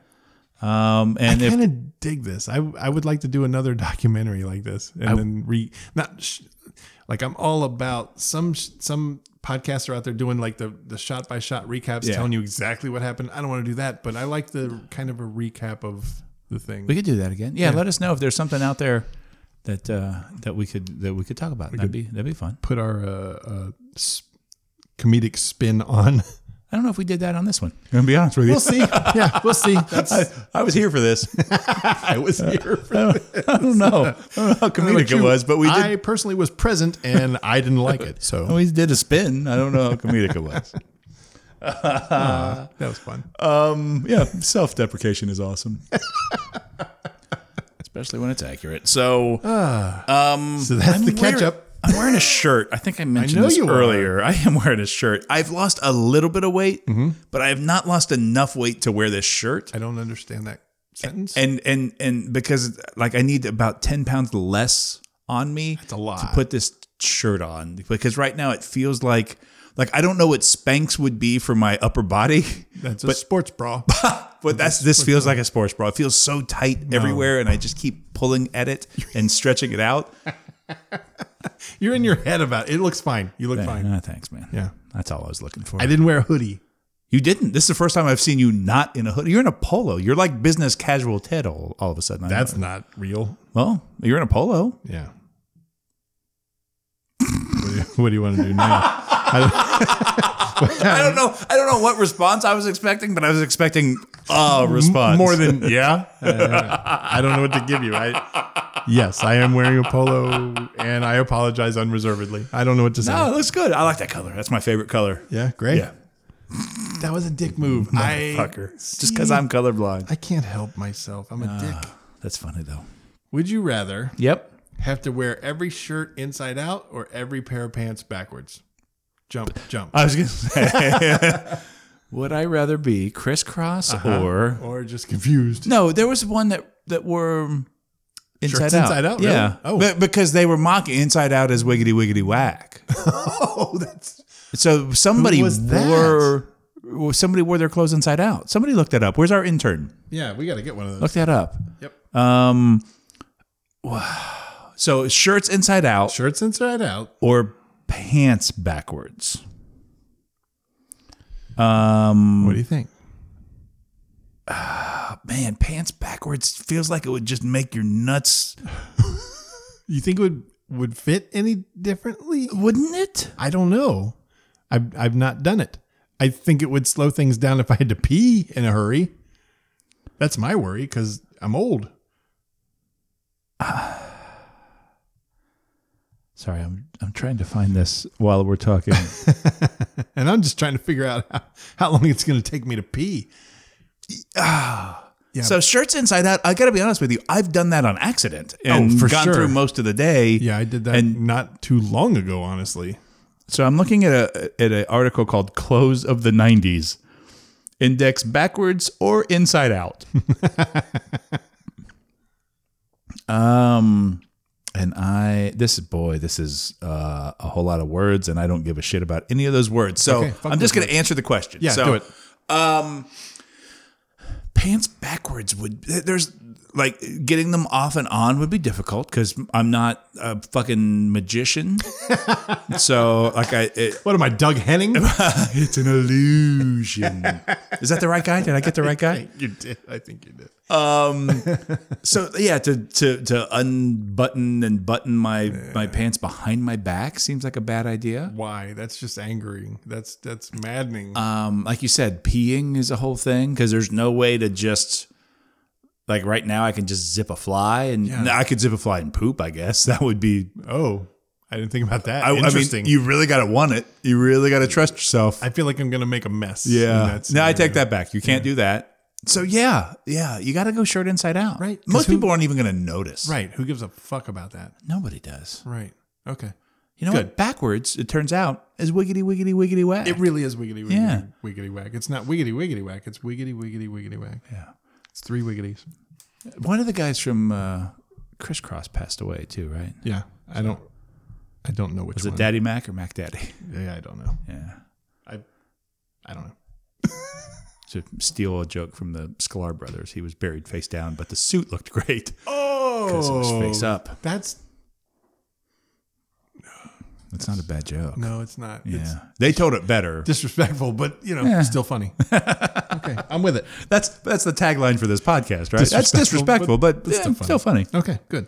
Speaker 3: Um, and
Speaker 4: I
Speaker 3: if
Speaker 4: kind of dig this. I I would like to do another [laughs] documentary like this, and then re not sh- like I'm all about some sh- some podcasts are out there doing like the the shot by shot recaps,
Speaker 3: Yeah.
Speaker 4: telling you exactly what happened. I don't want to do that, but I like the kind of a recap of the thing.
Speaker 3: we could do that again, yeah, Let us know if there's something out there that uh, that we could that we could talk about. that'd be that'd be fun.
Speaker 4: Put our uh, uh, s- comedic spin on.
Speaker 3: I don't know if we did that on this one. I'm gonna be honest with you.
Speaker 4: We'll see. [laughs] yeah, we'll see.
Speaker 3: [laughs]
Speaker 4: That's uh,
Speaker 3: I was here for this.
Speaker 4: I was here. For
Speaker 3: [laughs] I don't know. I don't know how comedic it was, but we did.
Speaker 4: I personally was present, and I didn't like it. So
Speaker 3: [laughs] we did a spin. I don't know how comedic it [laughs] was.
Speaker 4: that was fun.
Speaker 3: Um, yeah, self deprecation is awesome. [laughs] Especially when it's accurate. So, um,
Speaker 4: So Ah, that's the catch up.
Speaker 3: I'm wearing a shirt. I think I mentioned
Speaker 4: know
Speaker 3: this
Speaker 4: you are.
Speaker 3: earlier. I am wearing a shirt. I've lost a little bit of weight, but I have not lost enough weight to wear this shirt.
Speaker 4: Mm-hmm. I don't understand that sentence.
Speaker 3: and and and because like I need about ten pounds less on me
Speaker 4: a lot.
Speaker 3: to put this shirt on because right now it feels like like I don't know what Spanx would be for my upper body, [laughs]
Speaker 4: That's a
Speaker 3: but
Speaker 4: sports bra. [laughs]
Speaker 3: but that's this feels like a sports bra. It feels so tight everywhere, and I just keep pulling at [laughs] it and stretching it [laughs] out.
Speaker 4: You're in your head about it. It looks fine. You look fine.
Speaker 3: Ah, thanks, man.
Speaker 4: Yeah.
Speaker 3: that's all I was looking for.
Speaker 4: I didn't wear a hoodie.
Speaker 3: you didn't. This is the first time I've seen you not in a hoodie. You're in a polo. You're like business casual Ted all, all of a sudden. I
Speaker 4: That's
Speaker 3: know.
Speaker 4: not real.
Speaker 3: well. You're in a polo.
Speaker 4: Yeah. what, do you, what do you want to do now?
Speaker 3: I don't know. I don't know what response I was expecting, but I was expecting a response. [laughs]
Speaker 4: More than yeah. Uh, I don't know what to give you. I yes, I am wearing a polo, and I apologize unreservedly. I don't know what to say.
Speaker 3: no, "Oh, it looks good. I like that color. That's my favorite color.
Speaker 4: Yeah, great.
Speaker 3: Yeah.
Speaker 4: That was a dick move. I
Speaker 3: Fucker. Just
Speaker 4: see,
Speaker 3: because I'm Ah. colorblind.
Speaker 4: I can't help myself. I'm a dick.
Speaker 3: That's funny though.
Speaker 4: Would you rather
Speaker 3: Yep.
Speaker 4: have to wear every shirt inside out or every pair of pants backwards? Jump, jump.
Speaker 3: I was gonna say. [laughs] Would I rather be crisscross or
Speaker 4: or
Speaker 3: [laughs]
Speaker 4: just confused.
Speaker 3: no? There was one that that were inside
Speaker 4: Shirts
Speaker 3: out.
Speaker 4: Inside Out, really?
Speaker 3: Yeah.
Speaker 4: Oh.
Speaker 3: But because they were mocking inside out as wiggity wiggity whack.
Speaker 4: Oh, that's
Speaker 3: So somebody
Speaker 4: Who was that?
Speaker 3: wore well, somebody wore their clothes inside out. Somebody looked that up. Where's our intern?
Speaker 4: yeah. We got to get one of those.
Speaker 3: Look that up.
Speaker 4: Yep.
Speaker 3: Um, [sighs] wow. So shirts inside out
Speaker 4: Shirts inside out.
Speaker 3: or pants backwards. Um,
Speaker 4: What do you think?
Speaker 3: man, pants backwards feels like it would just make your nuts,
Speaker 4: You think it would would fit any differently?
Speaker 3: wouldn't it?
Speaker 4: I don't know. I've I've not done it. I think it would slow things down if I had to pee in a hurry. That's my worry because I'm old.
Speaker 3: Sorry, I'm I'm trying to find this while we're [laughs] talking.
Speaker 4: And I'm just trying to figure out [laughs] how, how long it's going to take me to pee.
Speaker 3: So shirts inside out. I got to be honest with you. I've done that on accident and
Speaker 4: for
Speaker 3: gone
Speaker 4: sure.
Speaker 3: through most of the day.
Speaker 4: Yeah, I did that
Speaker 3: And-
Speaker 4: not too long ago, honestly.
Speaker 3: So I'm looking at a at an article called "Clothes of the '90s," index backwards or inside [laughs] out. um, and I this is boy, this is uh, a whole lot of words, and I don't give a shit about any of those words. So
Speaker 4: Okay, fuck
Speaker 3: I'm just
Speaker 4: those
Speaker 3: going to answer the question.
Speaker 4: Yeah,
Speaker 3: so, um,
Speaker 4: do it.
Speaker 3: pants backwards would there's like getting them off and on would be difficult because I'm not a fucking magician. [laughs] so like I. It, [laughs]
Speaker 4: What am I, Doug Henning? [laughs]
Speaker 3: it's an illusion. Is that the right guy? Did I get the right guy?
Speaker 4: you did. I think you did.
Speaker 3: So yeah, to to to unbutton and button my my pants behind my back seems like a bad idea.
Speaker 4: Why? That's just angering. That's that's maddening.
Speaker 3: Um, like you said, peeing is a whole thing because there's no way to just like right now I can just zip a fly and No, I could zip a fly and poop. I guess [laughs] that would be.
Speaker 4: oh, I didn't think about that.
Speaker 3: I, I mean,
Speaker 4: Interesting.
Speaker 3: you really got to want it. You really got to trust yourself.
Speaker 4: I feel like I'm gonna make a mess. in
Speaker 3: Yeah.
Speaker 4: that
Speaker 3: No, I
Speaker 4: scenario.
Speaker 3: take that back. You can't do that. So yeah, yeah, you got to go shirt inside out.
Speaker 4: Right, 'cause
Speaker 3: Most
Speaker 4: who-
Speaker 3: people aren't even going to notice.
Speaker 4: Right. Who gives a fuck about that?
Speaker 3: Nobody does.
Speaker 4: Right. Okay.
Speaker 3: You know
Speaker 4: Good.
Speaker 3: what? Backwards, it turns out, is wiggity wiggity wiggity whack.
Speaker 4: It really is wiggity wiggity
Speaker 3: Yeah.
Speaker 4: wiggity whack. It's not wiggity wiggity whack. It's wiggity wiggity wiggity whack.
Speaker 3: Yeah.
Speaker 4: It's three wiggities.
Speaker 3: One of the guys from uh, Crisscross passed away too, right?
Speaker 4: Yeah. I don't. I don't know which
Speaker 3: Was
Speaker 4: one.
Speaker 3: it Daddy Mac or Mac Daddy? [laughs]
Speaker 4: Yeah, I don't know.
Speaker 3: Yeah.
Speaker 4: I. I don't know.
Speaker 3: To steal a joke from the Sklar brothers, he was buried face down, but the suit looked [laughs] great because it was
Speaker 4: Oh,
Speaker 3: face up.
Speaker 4: that's
Speaker 3: That's not a bad joke.
Speaker 4: no, it's not. It's
Speaker 3: Yeah. They told it better.
Speaker 4: disrespectful, but you know,
Speaker 3: [laughs]
Speaker 4: still funny. okay, I'm with it.
Speaker 3: That's that's the tagline for this podcast, right? That's
Speaker 4: Disrespectful,
Speaker 3: disrespectful, but,
Speaker 4: but
Speaker 3: yeah,
Speaker 4: still
Speaker 3: still,
Speaker 4: funny.
Speaker 3: funny.
Speaker 4: Okay, good.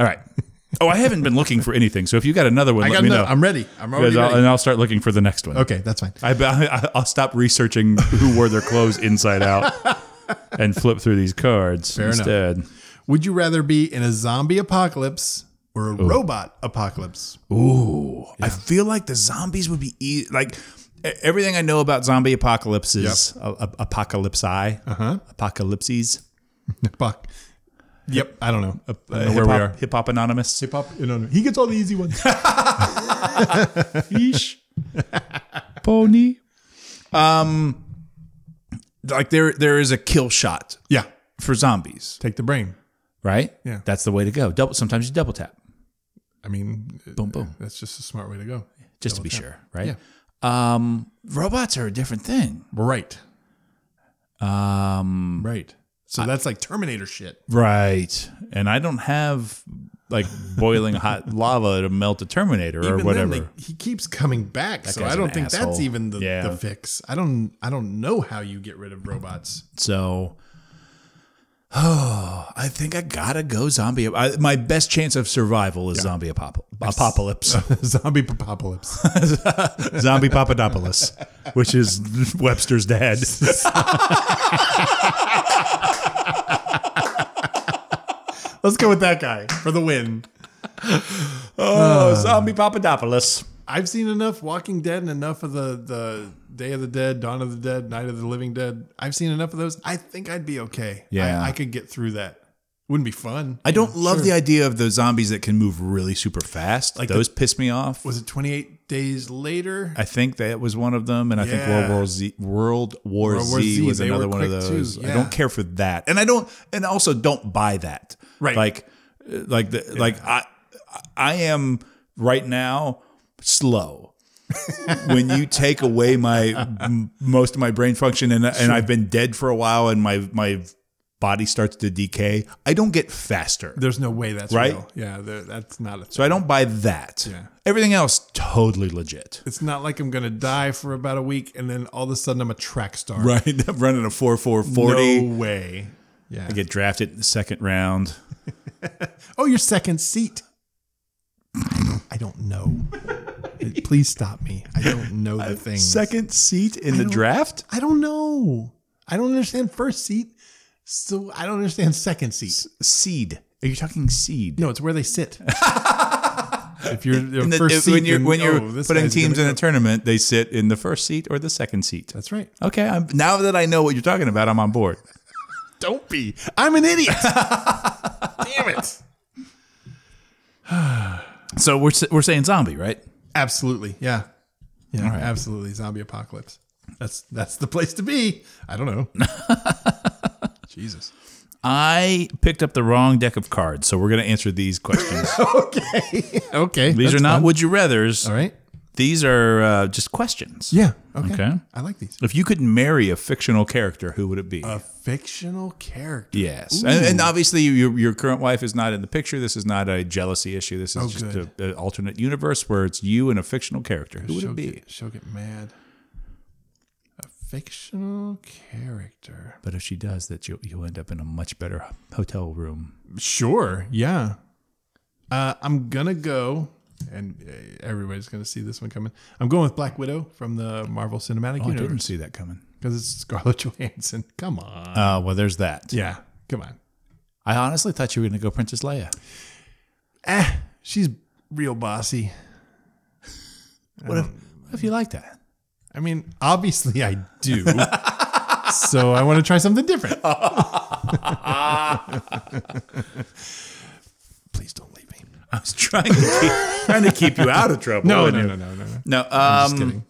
Speaker 3: All [laughs] right. Oh, I haven't been looking for anything. So if you got another one,
Speaker 4: I
Speaker 3: let
Speaker 4: got
Speaker 3: me
Speaker 4: no.
Speaker 3: know.
Speaker 4: I'm ready. I'm already
Speaker 3: Because I'll-
Speaker 4: ready.
Speaker 3: and I'll start looking for the next one.
Speaker 4: okay, that's fine.
Speaker 3: I, [laughs] I, I'll stop researching who wore their clothes inside [laughs] out and flip through these cards
Speaker 4: enough.
Speaker 3: instead.
Speaker 4: Would you rather be in a zombie apocalypse or a robot apocalypse?
Speaker 3: Ooh, I feel like the zombies would be e- like e- everything I know about zombie apocalypses, a- a- apocalypse I, uh-huh. apocalypses,
Speaker 4: Fuck. Yep, I don't know. I don't know
Speaker 3: hip
Speaker 4: where we are.
Speaker 3: hop, hip hop anonymous.
Speaker 4: Hip hop. You know, he gets all the
Speaker 3: [laughs]
Speaker 4: easy ones.
Speaker 3: Yeesh. Pony. Um, like there, there is a kill shot
Speaker 4: yeah.
Speaker 3: for zombies,
Speaker 4: Take the brain.
Speaker 3: right?
Speaker 4: Yeah.
Speaker 3: That's the way to go. Double sometimes you double tap
Speaker 4: I mean, it-
Speaker 3: Boom, boom.
Speaker 4: That's just a smart way to go.
Speaker 3: just to be sure, right? Um robots are a different thing.
Speaker 4: Right.
Speaker 3: Um
Speaker 4: Right. So that's like Terminator shit.
Speaker 3: Right. And I don't have like [laughs] boiling hot lava to melt a Terminator or
Speaker 4: Even then,
Speaker 3: whatever.
Speaker 4: they- he keeps coming back, so
Speaker 3: guy's
Speaker 4: I don't
Speaker 3: an
Speaker 4: think that's
Speaker 3: asshole.
Speaker 4: even the,
Speaker 3: Yeah.
Speaker 4: the fix. I don't. I don't know how you get rid
Speaker 3: [laughs]
Speaker 4: of robots.
Speaker 3: so, [sighs] oh, I think I gotta go zombie. I, my best chance of survival is zombie apop- apocalypse.
Speaker 4: Zombie apocalypse.
Speaker 3: [laughs] zombie Papadopoulos, which is [laughs] Webster's dad. [laughs]
Speaker 4: Let's go with that guy for the win.
Speaker 3: Oh, zombie Papadopoulos.
Speaker 4: I've seen enough Walking Dead and enough of the the Day of the Dead, Dawn of the Dead, Night of the Living Dead. I've seen enough of those. I think I'd be okay.
Speaker 3: Yeah.
Speaker 4: I, I could get through that. Wouldn't be fun.
Speaker 3: I don't love the idea of those zombies that can move really super fast. Like
Speaker 4: the-
Speaker 3: those piss me off.
Speaker 4: Was it 28 days later?
Speaker 3: I think that was one of them, and I think
Speaker 4: Yeah.
Speaker 3: World War Z, World War
Speaker 4: World War
Speaker 3: Z,
Speaker 4: Z,
Speaker 3: was
Speaker 4: they
Speaker 3: another
Speaker 4: were
Speaker 3: one of
Speaker 4: quick too,
Speaker 3: those. I
Speaker 4: yeah.
Speaker 3: don't care for that, and I don't, and also don't buy that.
Speaker 4: Right.
Speaker 3: like, uh, like the like I, I am right now slow. [laughs] when you take away my m- most of my brain function and and I've been dead for a while and my my body starts to decay, I don't get faster.
Speaker 4: There's no way that's
Speaker 3: Right?
Speaker 4: real. Yeah, there- that's not a thing.
Speaker 3: So I don't buy that.
Speaker 4: Yeah.
Speaker 3: Everything else totally legit.
Speaker 4: It's not like I'm going to die for about a week and then all of a sudden I'm a track star.
Speaker 3: Right,
Speaker 4: [laughs]
Speaker 3: I'm running a four four forty.
Speaker 4: No way. Yeah.
Speaker 3: I get drafted in the second round.
Speaker 4: oh, your second seat. I don't, I don't know. Please stop me. I don't know the thing.
Speaker 3: Uh, Second seat in the
Speaker 4: don't-
Speaker 3: draft?
Speaker 4: I don't know. I don't understand first seat. So I don't understand second seat.
Speaker 3: Seed. Are you talking seed?
Speaker 4: No, it's where
Speaker 3: [laughs]
Speaker 4: they sit. if you're in
Speaker 3: In the-
Speaker 4: first
Speaker 3: if-
Speaker 4: seat,
Speaker 3: when you're
Speaker 4: then,
Speaker 3: when you're
Speaker 4: oh, this
Speaker 3: putting
Speaker 4: guy's gonna
Speaker 3: teams in
Speaker 4: go-
Speaker 3: a tournament, they sit in the first seat or the second seat.
Speaker 4: That's right.
Speaker 3: Okay, I'm, now that I know what you're talking about, I'm on board.
Speaker 4: [laughs] Don't be. I'm an idiot. [laughs] Damn it.
Speaker 3: So we're s- we're saying zombie, right?
Speaker 4: Absolutely. Yeah. Yeah.
Speaker 3: right.
Speaker 4: Absolutely. Zombie apocalypse. That's that's the place to be. I don't
Speaker 3: [laughs]
Speaker 4: know. Jesus.
Speaker 3: I picked up the wrong deck of cards, so we're going to answer these questions.
Speaker 4: [laughs] Okay. okay.
Speaker 3: these are
Speaker 4: that's
Speaker 3: not
Speaker 4: fun.
Speaker 3: would you rather's.
Speaker 4: All right.
Speaker 3: These are uh, just questions.
Speaker 4: Yeah. Okay.
Speaker 3: Okay.
Speaker 4: I like these.
Speaker 3: If you could marry a fictional character, who would it be?
Speaker 4: A fictional character.
Speaker 3: Yes, and, and obviously your your current wife is not in the picture. This is not a jealousy issue. This is
Speaker 4: Oh,
Speaker 3: just
Speaker 4: good.
Speaker 3: an alternate universe where it's you and a fictional character. Who would
Speaker 4: she'll
Speaker 3: it be?
Speaker 4: Get, she'll get mad. A fictional character.
Speaker 3: But if she does, that you'll you'll end up in a much better hotel room.
Speaker 4: Sure. Yeah. Uh, I'm gonna go, and uh, everybody's gonna see this one coming. I'm going with Black Widow from the Marvel Cinematic
Speaker 3: Oh, I didn't
Speaker 4: Universe
Speaker 3: see that coming.
Speaker 4: because it's Scarlett [laughs] Johansson. Come on.
Speaker 3: Uh, well, there's that.
Speaker 4: yeah. Come on.
Speaker 3: I honestly thought you were going to go Princess Leia.
Speaker 4: Eh, she's real bossy. Um,
Speaker 3: What if, what if you like that?
Speaker 4: I mean, obviously I
Speaker 3: [laughs]
Speaker 4: do. so I want to try something [laughs] different. Please don't leave me.
Speaker 3: I was trying to keep, trying to keep you out of trouble.
Speaker 4: Oh, No, no, no, no, no, Mm. no.
Speaker 3: no.
Speaker 4: Just
Speaker 3: Um,
Speaker 4: kidding.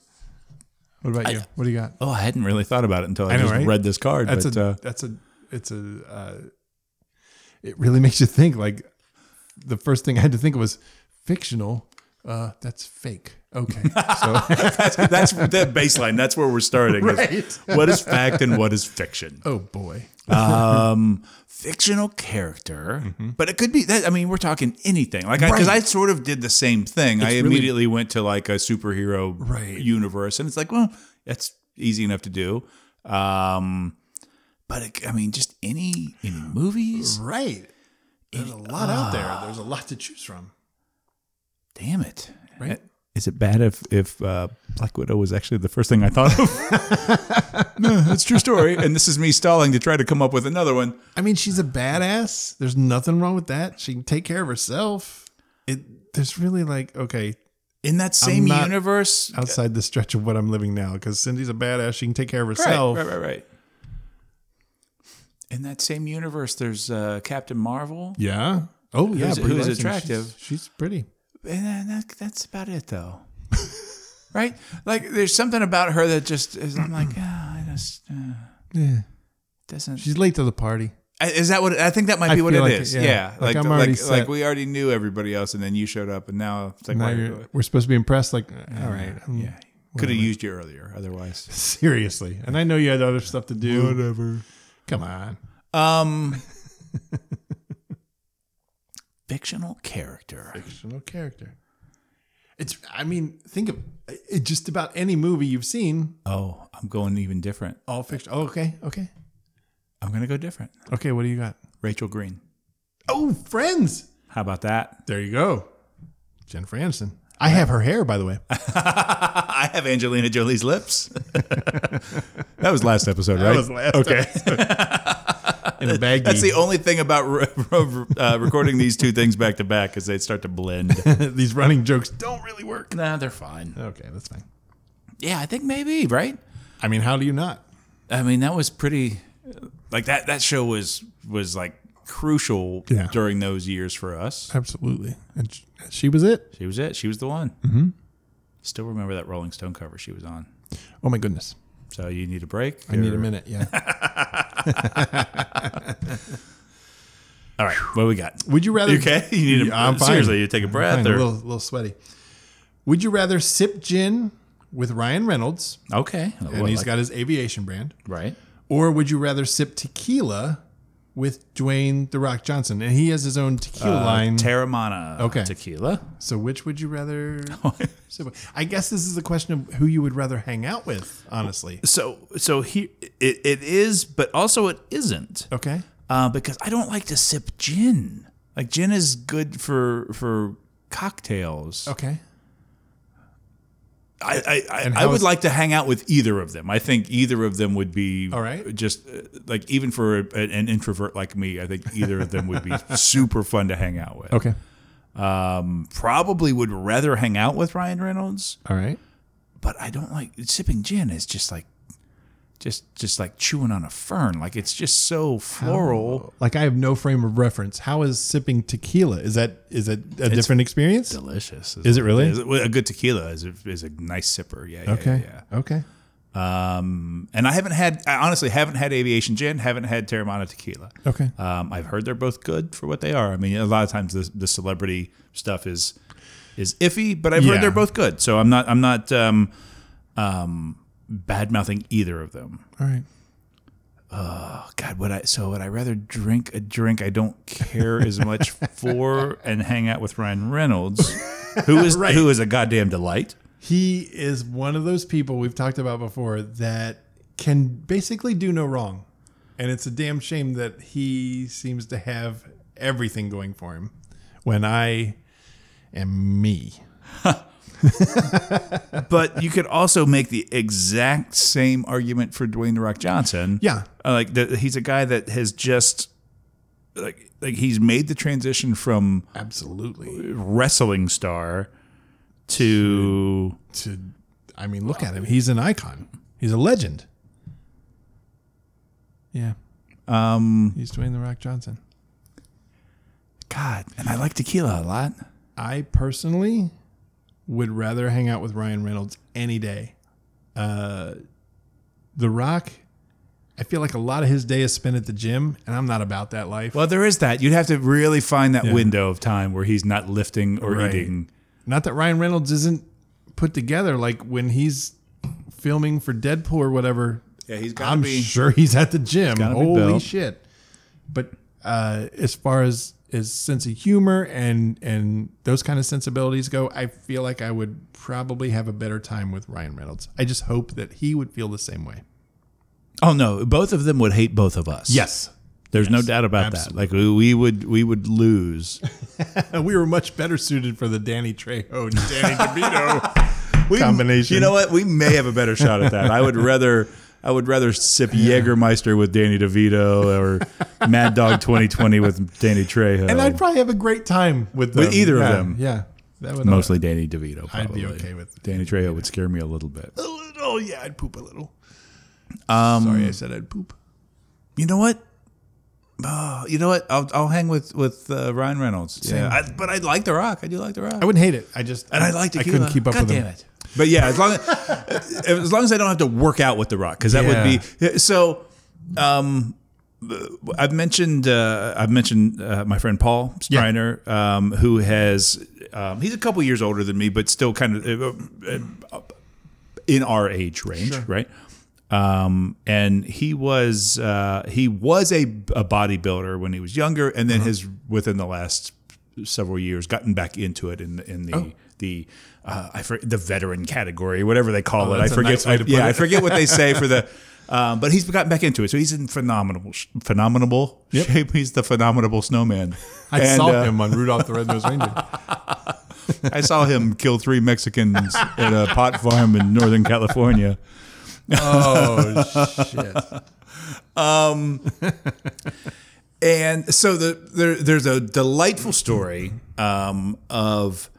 Speaker 4: What about you? what do you got?
Speaker 3: oh, I hadn't really thought about it until I,
Speaker 4: I know,
Speaker 3: just
Speaker 4: right?
Speaker 3: read this card.
Speaker 4: That's
Speaker 3: but,
Speaker 4: a
Speaker 3: uh,
Speaker 4: that's a it's a uh, it really [laughs] makes you think. Like the first thing I had to think was fictional. Uh, that's fake. Okay, so [laughs]
Speaker 3: that's [laughs] that's the baseline. That's where we're starting. [laughs] is
Speaker 4: Right.
Speaker 3: What is fact and what is fiction?
Speaker 4: oh boy,
Speaker 3: um fictional character but it could be that i mean we're talking anything like because I,
Speaker 4: Right.
Speaker 3: sort of did the same thing i
Speaker 4: really-
Speaker 3: immediately went to like a superhero
Speaker 4: Right.
Speaker 3: universe and it's like well that's easy enough to do um but it, i mean just any any movies
Speaker 4: right? There's a lot out there. There's a lot to choose from.
Speaker 3: damn it
Speaker 4: Right.
Speaker 3: is it bad if if uh, Black Widow was actually the first thing I thought of? [laughs] no, it's a true story, and this is me stalling to try to come up with another one.
Speaker 4: I mean, she's a badass. There's nothing wrong with that. She can take care of herself. It there's really like okay
Speaker 3: In that same
Speaker 4: not-
Speaker 3: universe,
Speaker 4: outside the stretch of what I'm living now because Cindy's a badass. She can take care of
Speaker 3: Right,
Speaker 4: herself.
Speaker 3: Right, right, right. In that same universe, there's uh, Captain Marvel,
Speaker 4: Yeah. Oh yeah.
Speaker 3: Who's-
Speaker 4: Brie
Speaker 3: who's
Speaker 4: Larson,
Speaker 3: attractive.
Speaker 4: She's, she's pretty.
Speaker 3: and then that, that's about it, [laughs] though. right? Like, there's something about her that just is. I'm like, ah, I just uh,
Speaker 4: Yeah.
Speaker 3: doesn't.
Speaker 4: She's late to the party.
Speaker 3: I- Is that what I think that might
Speaker 4: I
Speaker 3: be what it
Speaker 4: feel
Speaker 3: is?
Speaker 4: like it,
Speaker 3: Yeah.
Speaker 4: yeah.
Speaker 3: Like,
Speaker 4: Like, I'm
Speaker 3: the- like,
Speaker 4: already
Speaker 3: like,
Speaker 4: set.
Speaker 3: we already knew everybody else, and then you showed up, and now it's like,
Speaker 4: Now
Speaker 3: why-
Speaker 4: you're, we're supposed to be impressed. Like, all right, um, I'm-
Speaker 3: yeah, could have used you earlier,
Speaker 4: [laughs]
Speaker 3: otherwise.
Speaker 4: seriously. And I know you had other stuff to do. Whatever. Come on. [laughs]
Speaker 3: Um, fictional character.
Speaker 4: Fictional character. It's. I mean, think of it, just about any movie you've seen.
Speaker 3: Oh, I'm going even different.
Speaker 4: All fiction. Oh, okay. Okay.
Speaker 3: I'm gonna go different.
Speaker 4: Okay. What do you got?
Speaker 3: Rachel Green.
Speaker 4: Oh, Friends.
Speaker 3: How about that?
Speaker 4: There you go. Jennifer Aniston. I have her hair, by the way.
Speaker 3: [laughs] I have Angelina Jolie's lips. [laughs] that was last episode, right?
Speaker 4: last okay. [laughs] In a baggie.
Speaker 3: That's the only thing about re- [laughs] re- uh, recording these two things back to back is they start to blend.
Speaker 4: [laughs] These running jokes don't really
Speaker 3: [laughs]
Speaker 4: work.
Speaker 3: nah, they're fine.
Speaker 4: Okay, that's fine.
Speaker 3: Yeah, I think maybe right.
Speaker 4: I mean, how do you not?
Speaker 3: I mean, that was pretty. Like that. That show was was like crucial
Speaker 4: Yeah.
Speaker 3: during those years for us.
Speaker 4: Absolutely. And sh- she was it.
Speaker 3: She was it. She was the one. Still remember that Rolling Stone cover she was on.
Speaker 4: Oh my goodness.
Speaker 3: So you need a break.
Speaker 4: I need
Speaker 3: or-
Speaker 4: a minute. Yeah.
Speaker 3: All right, what we got?
Speaker 4: [laughs] Would [laughs] you uh, rather?
Speaker 3: You okay? You need a,
Speaker 4: I'm fine.
Speaker 3: seriously. You take a breath
Speaker 4: Fine, a
Speaker 3: or
Speaker 4: little, little sweaty. Would you rather sip gin with Ryan Reynolds,
Speaker 3: okay?
Speaker 4: and he's got his aviation brand,
Speaker 3: right.
Speaker 4: or would you rather sip tequila with Dwayne the Rock Johnson, and he has his own
Speaker 3: Uh,
Speaker 4: tequila line?
Speaker 3: Terramana.
Speaker 4: Okay.
Speaker 3: Tequila.
Speaker 4: so which would
Speaker 3: [laughs]
Speaker 4: you rather? sip? I guess this is a question of who you would rather hang out with, honestly.
Speaker 3: So so he it, it is, but also it isn't.
Speaker 4: Okay.
Speaker 3: Uh, because I don't like to sip gin. Like gin is good for for cocktails.
Speaker 4: Okay.
Speaker 3: I I, I,
Speaker 4: Oh. And
Speaker 3: I
Speaker 4: how
Speaker 3: would
Speaker 4: is-
Speaker 3: like to hang out with either of them. I think either of them would be
Speaker 4: All right.
Speaker 3: Just uh, like even for a, an introvert like me, I think either of them would be [laughs] super fun to hang out with.
Speaker 4: Okay.
Speaker 3: Probably would rather hang out with Ryan Reynolds.
Speaker 4: All right.
Speaker 3: but I don't like sipping gin is just like just just like chewing on a fern. Like it's just so floral.
Speaker 4: Like I have no frame of reference. How is sipping tequila? Is that is that a different experience?
Speaker 3: Delicious.
Speaker 4: Is it really?
Speaker 3: Is it- well, a good tequila is a, is a nice sipper. Yeah. yeah,
Speaker 4: Okay.
Speaker 3: Yeah,
Speaker 4: Okay.
Speaker 3: yeah. Um, and I haven't had, I honestly haven't had aviation gin, haven't had Terramana tequila.
Speaker 4: Okay.
Speaker 3: Um, I've heard they're both good for what they are. I mean, a lot of times the, the celebrity stuff is is iffy, but I've
Speaker 4: Yeah.
Speaker 3: heard they're both good. So I'm not, I'm not, um, um, bad mouthing either of them.
Speaker 4: All right.
Speaker 3: God, would I? So would I rather drink a drink I don't care as
Speaker 4: [laughs]
Speaker 3: much for and hang out with Ryan Reynolds, who
Speaker 4: [laughs]
Speaker 3: is who is a goddamn delight?
Speaker 4: He is one of those people we've talked about before that can basically do no wrong. And it's a damn shame that he seems to have everything going for him when I am me.
Speaker 3: But you could also make the exact same argument for Dwayne the Rock Johnson.
Speaker 4: Yeah.
Speaker 3: Uh, like the, he's a guy that has just like like he's made the transition from
Speaker 4: Absolutely.
Speaker 3: wrestling star to
Speaker 4: To I mean, look at him. He's an icon. He's a legend. Yeah. Um he's Dwayne the Rock Johnson.
Speaker 3: God. And I like tequila a lot.
Speaker 4: I personally would rather hang out with Ryan Reynolds any day. Uh, the Rock, I feel like a lot of his day is spent at the gym, and I'm not about that life.
Speaker 3: Well, there is that. You'd have to really find that window of time where he's not lifting or
Speaker 4: Right.
Speaker 3: eating.
Speaker 4: Not that Ryan Reynolds isn't put together. Like when he's filming for Deadpool or whatever,
Speaker 3: Yeah, he's gotta
Speaker 4: I'm
Speaker 3: be-
Speaker 4: sure he's at the gym.
Speaker 3: gotta be
Speaker 4: Holy
Speaker 3: built.
Speaker 4: shit! But uh, as far as his sense of humor and and those kind of sensibilities go, I feel like I would probably have a better time with Ryan Reynolds. I just hope that he would feel the same way.
Speaker 3: Oh no, both of them would hate both of us. there's no doubt about that. Like we- we would, we would lose.
Speaker 4: And we were much better suited for the Danny
Speaker 3: [laughs]
Speaker 4: Trejo and Danny [laughs] DeVito combination.
Speaker 3: You know what? We may have a better shot at that. I would rather, I would rather sip Jägermeister with Danny DeVito or Mad Dog 2020 with Danny Trejo.
Speaker 4: And I'd probably have a great time with them.
Speaker 3: With either of
Speaker 4: Yeah,
Speaker 3: them.
Speaker 4: Yeah, that would
Speaker 3: mostly Danny DeVito. Probably.
Speaker 4: I'd be okay with-
Speaker 3: Danny Trejo would scare me a little bit.
Speaker 4: a little. Yeah, I'd poop a little. Sorry, I said I'd poop.
Speaker 3: You know what? Oh, you know what? I'll, I'll hang with with uh, Ryan Reynolds. Yeah, I, but I like The Rock. I do like The Rock.
Speaker 4: I wouldn't hate it. I just
Speaker 3: and I like
Speaker 4: I
Speaker 3: tequila.
Speaker 4: couldn't keep up
Speaker 3: God
Speaker 4: with
Speaker 3: damn
Speaker 4: him.
Speaker 3: it. But yeah, as long [laughs] as as long as I don't have to work out with The Rock, because that would be so. Um, I've mentioned uh, I've mentioned uh, my friend Paul Striner, um, who has um, he's a couple years older than me, but still kind of uh, uh, in our age range, right? Um, and he was uh, he was a, a bodybuilder when he was younger, and
Speaker 4: Uh-huh.
Speaker 3: then has within the last several years gotten back into it in the, in the
Speaker 4: Oh.
Speaker 3: the uh, I for, the veteran category, whatever they call it. I
Speaker 4: Oh, that's a
Speaker 3: forget.
Speaker 4: nice way to
Speaker 3: I-
Speaker 4: put
Speaker 3: yeah,
Speaker 4: it.
Speaker 3: I forget
Speaker 4: [laughs]
Speaker 3: what they say for the. Um, but he's gotten back into it, so he's in phenomenal, sh- phenomenal shape. He's the phenomenal snowman.
Speaker 4: [laughs] I
Speaker 3: And,
Speaker 4: saw
Speaker 3: uh,
Speaker 4: him on Rudolph the Red-Nosed Reindeer.
Speaker 3: I saw him kill three Mexicans at a pot farm in Northern California.
Speaker 4: Oh [laughs] shit!
Speaker 3: And so the, there, there's a delightful story um, of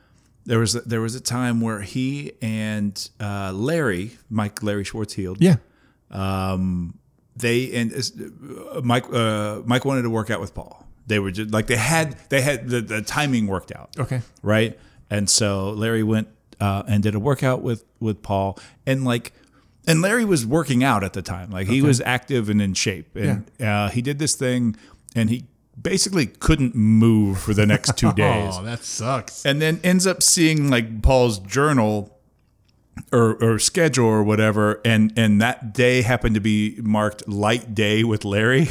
Speaker 3: there was a, there was a time where he and uh, Larry, Mike Larry Schwartzhield,
Speaker 4: Yeah,
Speaker 3: they and uh, Mike uh, Mike wanted to work out with Paul. They were just like they had they had the, the timing worked out.
Speaker 4: Okay.
Speaker 3: right? And so Larry went uh, and did a workout with with Paul, and like, and Larry was working out at the time. Like he was active and in shape, and uh, he did this thing, and he basically couldn't move for the next two days
Speaker 4: Oh, that sucks.
Speaker 3: and then ends up seeing like Paul's journal or, or schedule or whatever, and and that day happened to be marked light day with Larry.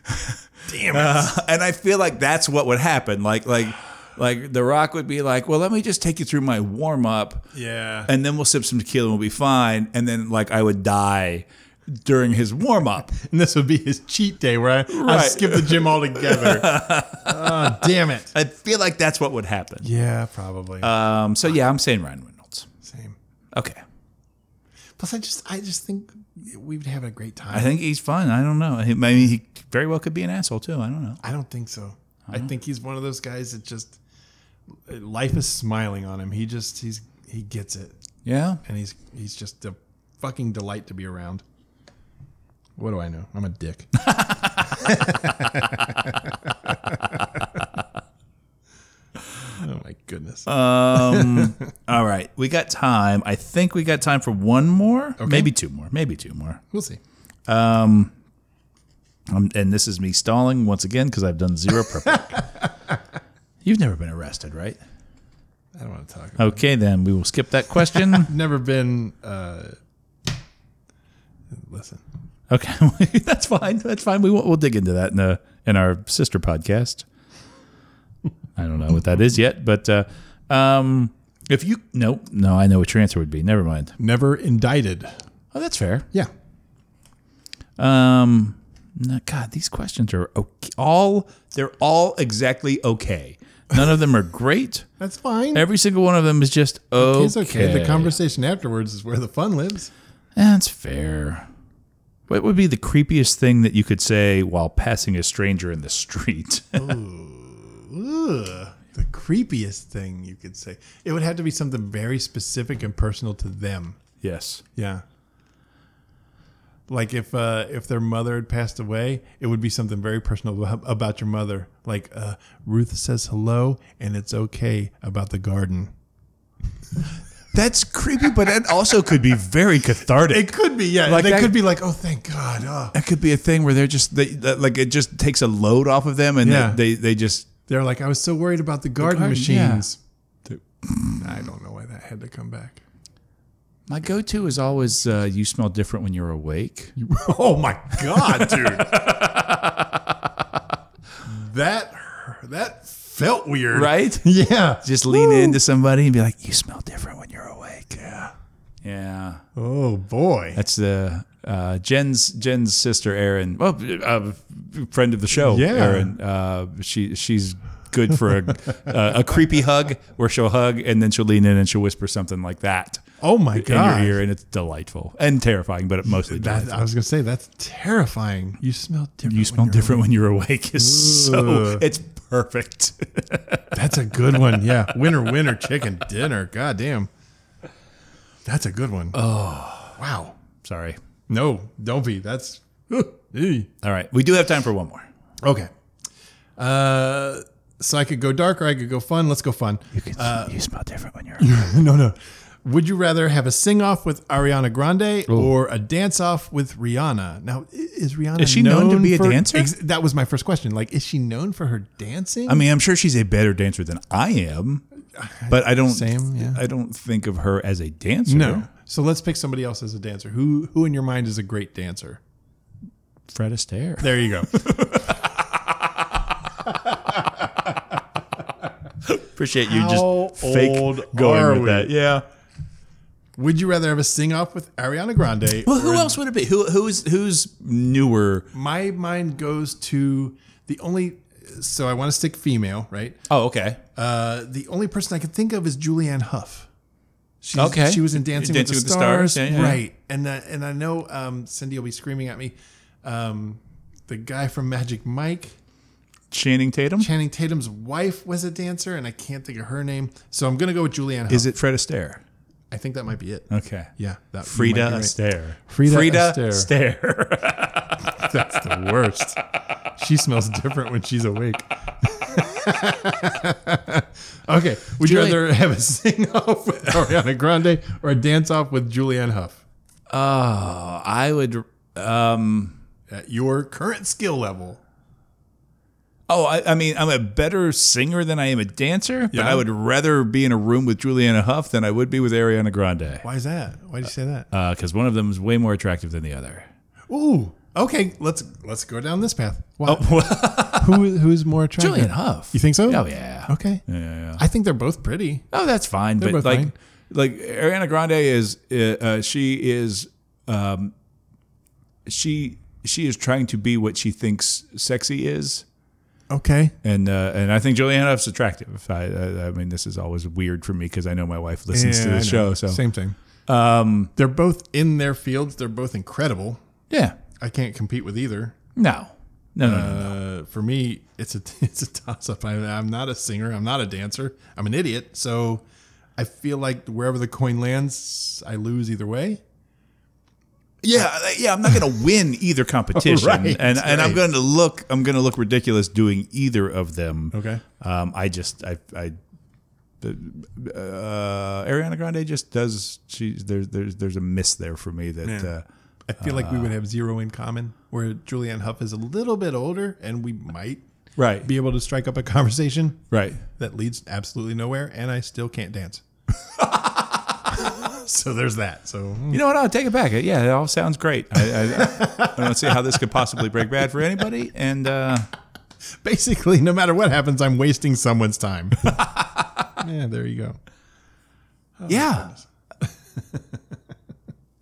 Speaker 3: [laughs] Damn it! and I feel like that's what would happen. Like like like The Rock would be like, well, let me just take you through my warm up.
Speaker 4: Yeah.
Speaker 3: and then we'll sip some tequila and we'll be fine. And then like I would die during his warm up.
Speaker 4: [laughs] And this would be his cheat day where I, I
Speaker 3: Right.
Speaker 4: skip the
Speaker 3: [laughs]
Speaker 4: gym altogether. oh, damn it.
Speaker 3: [laughs] I feel like that's what would happen.
Speaker 4: Yeah, probably.
Speaker 3: Um. So yeah, I'm saying Ryan Reynolds.
Speaker 4: Same.
Speaker 3: Okay.
Speaker 4: Plus, I just, I just think we would have a great time.
Speaker 3: I think he's fun. I don't know. He, I mean, he very well could be an asshole too. I don't know.
Speaker 4: I don't think so. I think he's one of those guys that just life is smiling on him. He just he's he gets it,
Speaker 3: Yeah.
Speaker 4: and he's he's just a fucking delight to be around. What do I know? I'm a dick. [laughs] oh my goodness.
Speaker 3: All right. We got time. I think we got time for one more. Maybe two more. Maybe two more.
Speaker 4: we'll see.
Speaker 3: Um, and this is me stalling once again because I've done zero prep. work. [laughs] You've never been arrested, right?
Speaker 4: I don't want to talk. About
Speaker 3: Okay, then we will skip that question.
Speaker 4: Never been. Uh, listen,
Speaker 3: [laughs] okay, [laughs] that's fine. That's fine. We won't, we'll dig into that in the in our sister podcast. I don't know what that is yet, but uh, um, if you no no, I know what your answer would be. Never mind.
Speaker 4: never indicted.
Speaker 3: Oh, that's fair.
Speaker 4: Yeah,
Speaker 3: Um, no, God, these questions are okay. all they're all exactly okay. None of them are great.
Speaker 4: that's fine.
Speaker 3: Every single one of them is just okay.
Speaker 4: it's okay. The conversation afterwards is where the fun lives.
Speaker 3: That's fair. What would be the creepiest thing that you could say while passing a stranger in the street? [laughs]
Speaker 4: Ugh, the creepiest thing you could say. It would have to be something very specific and personal to them.
Speaker 3: yes.
Speaker 4: Yeah. Like if uh, if their mother had passed away, it would be something very personal ab- about your mother. Like uh, Ruth says hello, and it's okay about the garden.
Speaker 3: That's creepy, but it also could be very cathartic.
Speaker 4: It could be, yeah.
Speaker 3: Like
Speaker 4: they
Speaker 3: that-
Speaker 4: could be like, oh, thank God. Oh.
Speaker 3: that could be a thing where they're just they, that, like it just takes a load off of them, and
Speaker 4: Yeah.
Speaker 3: they, they they just
Speaker 4: They're like, I was so worried about the garden,
Speaker 3: garden, yeah.
Speaker 4: machines. I don't know why that had to come back.
Speaker 3: my go to is always uh, you smell different when you're awake.
Speaker 4: [laughs] Oh my god, dude. that that felt weird.
Speaker 3: Right?
Speaker 4: [laughs] Yeah.
Speaker 3: just lean into somebody and be like, "You smell different when you're awake." Yeah, yeah.
Speaker 4: Oh boy.
Speaker 3: That's the uh, Jen's Jen's sister, Erin. Well, a friend of the show,
Speaker 4: Yeah.
Speaker 3: Erin. Uh, she she's good for
Speaker 4: [laughs]
Speaker 3: a, a, a creepy hug where she'll hug and then she'll lean in and she'll whisper something like that
Speaker 4: Oh my god.
Speaker 3: in your ear, and it's delightful and terrifying, but it mostly
Speaker 4: That,
Speaker 3: does.
Speaker 4: I was gonna say that's terrifying. You smell different.
Speaker 3: You
Speaker 4: when
Speaker 3: smell
Speaker 4: you're
Speaker 3: different when you're awake is so
Speaker 4: Ugh.
Speaker 3: it's perfect.
Speaker 4: awake. That's a good [laughs] one. Yeah. Winner, winner, chicken dinner. God damn. That's a good one. Oh. Wow.
Speaker 3: Sorry.
Speaker 4: No, don't be. That's [laughs] Ew.
Speaker 3: All right, we do have time for one more.
Speaker 4: okay. Uh, so I could go dark or I could go fun. Let's go fun. [laughs]
Speaker 3: you smell different when you're
Speaker 4: no, no. Would you rather have a sing off with Ariana Grande
Speaker 5: Ooh.
Speaker 4: or a dance off with Rihanna? Now, i- is Rihanna
Speaker 3: Is she known to be a
Speaker 4: for-
Speaker 3: dancer?
Speaker 4: that was my first question. Like, is she known for her dancing?
Speaker 3: I mean, I'm sure she's a better dancer than I am, but I don't.
Speaker 4: Same, yeah.
Speaker 3: I don't think of her as a dancer.
Speaker 4: no. So let's pick somebody else as a dancer. Who who in your mind is a great dancer?
Speaker 3: Fred Astaire.
Speaker 4: There
Speaker 3: [laughs]
Speaker 4: you go.
Speaker 3: Appreciate you
Speaker 4: How
Speaker 3: just fake
Speaker 4: old
Speaker 3: going
Speaker 4: are
Speaker 3: with
Speaker 4: we?
Speaker 3: that. Yeah.
Speaker 4: Would you rather have a sing off with Ariana Grande?
Speaker 3: Well, who else would it be? Who who is who's newer?
Speaker 4: My mind goes to the only. So I want to stick female, right?
Speaker 3: Oh, okay.
Speaker 4: Uh, the only person I can think of is Julianne Hough. She's,
Speaker 3: Okay.
Speaker 4: She was in Dancing,
Speaker 3: Dancing
Speaker 4: with, the
Speaker 3: with the Stars,
Speaker 4: Stars,
Speaker 3: yeah, yeah.
Speaker 4: right? And uh, and I know um, Cindy will be screaming at me. Um, the guy from Magic Mike,
Speaker 3: Channing Tatum.
Speaker 4: Channing Tatum's wife, was a dancer, and I can't think of her name. So I'm gonna go with Julianne. Hough.
Speaker 3: Is it Fred Astaire?
Speaker 4: I think that might be it.
Speaker 3: Okay.
Speaker 4: Yeah, that you
Speaker 3: Frida
Speaker 4: might be right.
Speaker 3: Astaire.
Speaker 4: Frida
Speaker 3: Astaire.
Speaker 4: Astaire. That's the worst. she smells different when she's awake. [laughs] okay. Would
Speaker 3: Julie-
Speaker 4: you rather have a sing off with Ariana Grande or a dance off with Julianne Hough?
Speaker 3: Oh, [laughs] I would. Um,
Speaker 4: At your current skill level.
Speaker 3: oh, I, I mean, I'm a better singer than I am a dancer, but
Speaker 4: Yeah.
Speaker 3: I would rather be in a room with Juliana Huff than I would be with Ariana Grande.
Speaker 4: Why is that? Why did you say that?
Speaker 3: Because one of them is way more attractive than the other.
Speaker 4: Ooh. Okay, let's let's go down this path. Wow. [laughs] who who is more attractive?
Speaker 3: Oh, Julianne Hough.
Speaker 4: You think so?
Speaker 3: Oh, yeah.
Speaker 4: Okay.
Speaker 3: Yeah, yeah, yeah.
Speaker 4: I think they're both pretty.
Speaker 3: Oh, that's fine.
Speaker 4: They're
Speaker 3: but
Speaker 4: both
Speaker 3: like,
Speaker 4: fine.
Speaker 3: like Ariana Grande is, uh, uh, she is, um, she she is trying to be what she thinks sexy is,
Speaker 4: Okay.
Speaker 3: and uh, and I think Juliana Huff's attractive. I, I, I mean, this is always weird for me because I know my wife listens to
Speaker 4: Yeah,
Speaker 3: the
Speaker 4: I know.
Speaker 3: show. So
Speaker 4: same thing. Um, they're both in their fields. They're both incredible.
Speaker 3: yeah,
Speaker 4: I can't compete with either.
Speaker 3: no, no, no, no, no.
Speaker 4: Uh, for me, it's a [laughs] it's a toss up. I, I'm not a singer. I'm not a dancer. I'm an idiot. So I feel like wherever the coin lands, I lose either way.
Speaker 3: Yeah, like, yeah. I'm not going to win either competition,
Speaker 4: [laughs] Right,
Speaker 3: and and I'm
Speaker 4: right.
Speaker 3: going to look I'm going to look ridiculous doing either of them.
Speaker 4: Okay.
Speaker 3: Um, I just I I uh, Ariana Grande just does she there's there's there's a miss there for me that uh,
Speaker 4: I feel like we would have zero in common. Where Julianne Huff is a little bit older, and we might
Speaker 3: right
Speaker 4: be able to strike up a conversation
Speaker 3: right.
Speaker 4: that leads absolutely nowhere, and I still can't dance. [laughs] so there's that. So mm.
Speaker 3: You know what? I'll take it back. Yeah, it all sounds great. I, I, [laughs] I don't see how this could possibly break bad for anybody. And uh,
Speaker 4: basically, no matter what happens, I'm wasting someone's time. [laughs] yeah, there you go. Oh,
Speaker 3: yeah, [laughs]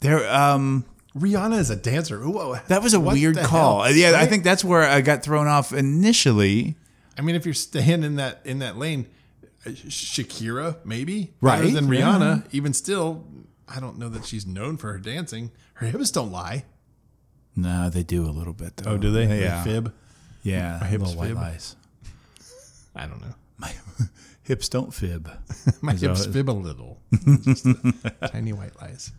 Speaker 3: there. Um,
Speaker 4: Rihanna is a dancer. Ooh, whoa.
Speaker 3: that was a
Speaker 4: What
Speaker 3: weird
Speaker 4: the
Speaker 3: call. Uh,
Speaker 4: hell?
Speaker 3: Yeah, I
Speaker 4: Right?
Speaker 3: think that's where I got thrown off initially.
Speaker 4: I mean, if you're staying in that in that lane, uh, Sh- Shakira maybe better
Speaker 3: Right.
Speaker 4: than Rihanna. Even still, I don't know that she's known for her dancing. Her hips don't lie.
Speaker 3: No, they do a little bit though.
Speaker 4: Oh, Yeah.
Speaker 3: Yeah,
Speaker 4: fib.
Speaker 3: yeah.
Speaker 4: hips
Speaker 3: little white
Speaker 4: fib.
Speaker 3: lies.
Speaker 4: I don't know. [laughs]
Speaker 3: My hips don't fib.
Speaker 4: My
Speaker 3: Is
Speaker 4: hips
Speaker 3: that-
Speaker 4: fib a little. Just [laughs] a tiny white lies.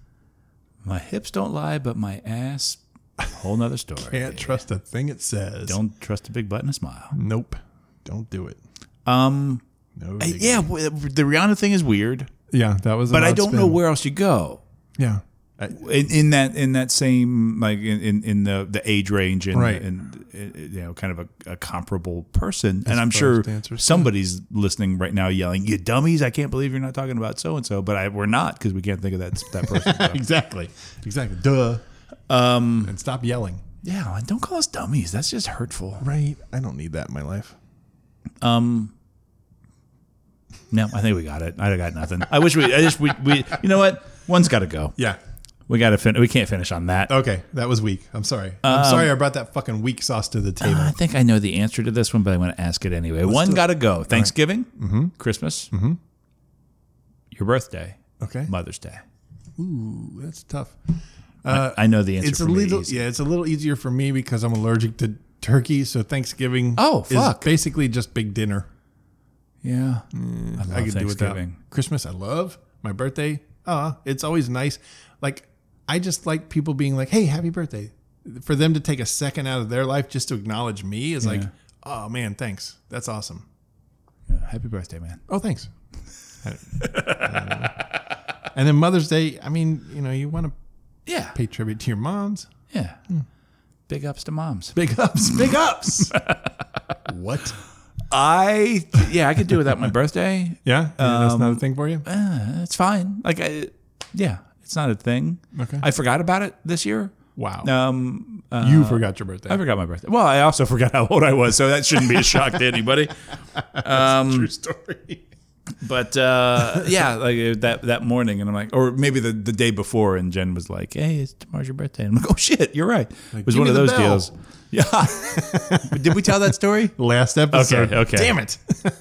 Speaker 3: My hips don't lie, but my ass, whole nother story.
Speaker 4: Can't trust a thing it says.
Speaker 3: Don't trust a big butt and a smile.
Speaker 4: Nope. Don't do it.
Speaker 3: Um,
Speaker 4: No.
Speaker 3: I-
Speaker 4: diggity.
Speaker 3: yeah, w- the Rihanna thing is weird,
Speaker 4: Yeah. That was.
Speaker 3: but I don't know where else you go
Speaker 4: Yeah.
Speaker 3: Uh, in, in that in that same like in, in, in the the age range and
Speaker 4: Right.
Speaker 3: and, uh, you know kind of a, a comparable person. and I'm sure
Speaker 4: dancers,
Speaker 3: somebody's listening right now yelling, "You dummies! I can't believe you're not talking about so and so." But I, we're not because we can't think of that that person. So.
Speaker 4: Exactly. Exactly. Duh. Um. And stop yelling.
Speaker 3: [laughs] yeah, and don't call us dummies. That's just hurtful.
Speaker 4: Right. I don't need that in my life.
Speaker 3: No, I think we got it. I got nothing. I wish we. I just we, we. You know what? One's got to go.
Speaker 4: Yeah.
Speaker 3: We got to fin- We can't finish on that.
Speaker 4: Okay, that was weak. I'm sorry.
Speaker 3: Um,
Speaker 4: I'm sorry I brought that fucking weak sauce to the table.
Speaker 3: I think I know the answer to this one, but I want to ask it Mm-hmm. anyway. One got to go. Thanksgiving, Christmas, your birthday,
Speaker 4: okay.
Speaker 3: Mother's Day.
Speaker 4: Ooh, that's tough.
Speaker 3: I know the answer.
Speaker 4: It's a
Speaker 3: for me
Speaker 4: little
Speaker 3: is-
Speaker 4: yeah, it's a little easier for me because I'm allergic to turkey, so Thanksgiving
Speaker 3: Oh, fuck.
Speaker 4: is basically just big dinner.
Speaker 3: Yeah, Mm, I love
Speaker 4: I could do without.
Speaker 3: Thanksgiving.
Speaker 4: Christmas I love. My birthday, uh, it's always nice. Like I just like people being like, "Hey, happy birthday." For them to take a second out of their life just to acknowledge me is like, "Oh man, thanks. That's awesome."
Speaker 3: Yeah, Happy birthday, man.
Speaker 4: Oh, thanks. I don't- I don't know. And then Mother's Day, I mean, you know, you want to
Speaker 3: Yeah. Hmm.
Speaker 4: pay tribute to your moms.
Speaker 3: Yeah. Big ups to moms.
Speaker 4: Big ups, [laughs] big ups. what?
Speaker 3: I yeah, I could do [laughs] without my birthday.
Speaker 4: Yeah, yeah, that's
Speaker 3: Um,
Speaker 4: not a thing for you.
Speaker 3: Uh, it's fine. Like I, yeah, it's not a thing.
Speaker 4: Okay.
Speaker 3: I forgot about it this year.
Speaker 4: Wow,
Speaker 3: Um, uh,
Speaker 4: you forgot your birthday.
Speaker 3: I forgot my birthday. Well, I also forgot how old I was, so that shouldn't be a shock [laughs] to anybody.
Speaker 4: True story.
Speaker 3: But [laughs] uh, yeah, like uh, that that morning, and I'm like, or maybe the, the day before, and Jen was like, "Hey, it's tomorrow's your birthday." And I'm like, "Oh shit, you're right." it was
Speaker 4: "Give
Speaker 3: one
Speaker 4: me
Speaker 3: of
Speaker 4: the
Speaker 3: those
Speaker 4: bell."
Speaker 3: deals. Yeah. [laughs] Did we tell that story?
Speaker 4: Last episode.
Speaker 3: Okay, okay. [laughs]
Speaker 4: Damn it.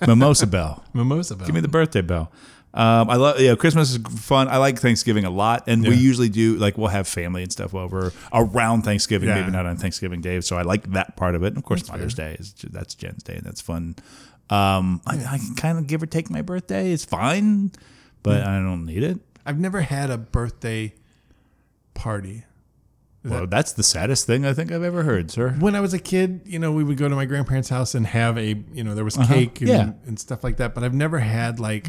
Speaker 3: Mimosa bell.
Speaker 4: Mimosa. Bell.
Speaker 3: Give me the birthday bell. Um, I love yeah. Christmas is fun. I like Thanksgiving a lot, and we usually do like we'll have family and stuff over around Thanksgiving,
Speaker 4: Yeah.
Speaker 3: maybe not on Thanksgiving Day. So I like that part of it. And of course, Mother's Day is that's Jen's day, and that's fun. Um, I, I can kind of give or take my birthday. It's fine, but I don't need it.
Speaker 4: I've never had a birthday party.
Speaker 3: well, that's the saddest thing I think I've ever heard, sir.
Speaker 4: When I was a kid, you know, we would go to my grandparents' house and have a, you know, there was cake and,
Speaker 3: Yeah.
Speaker 4: and stuff like that. But I've never had like.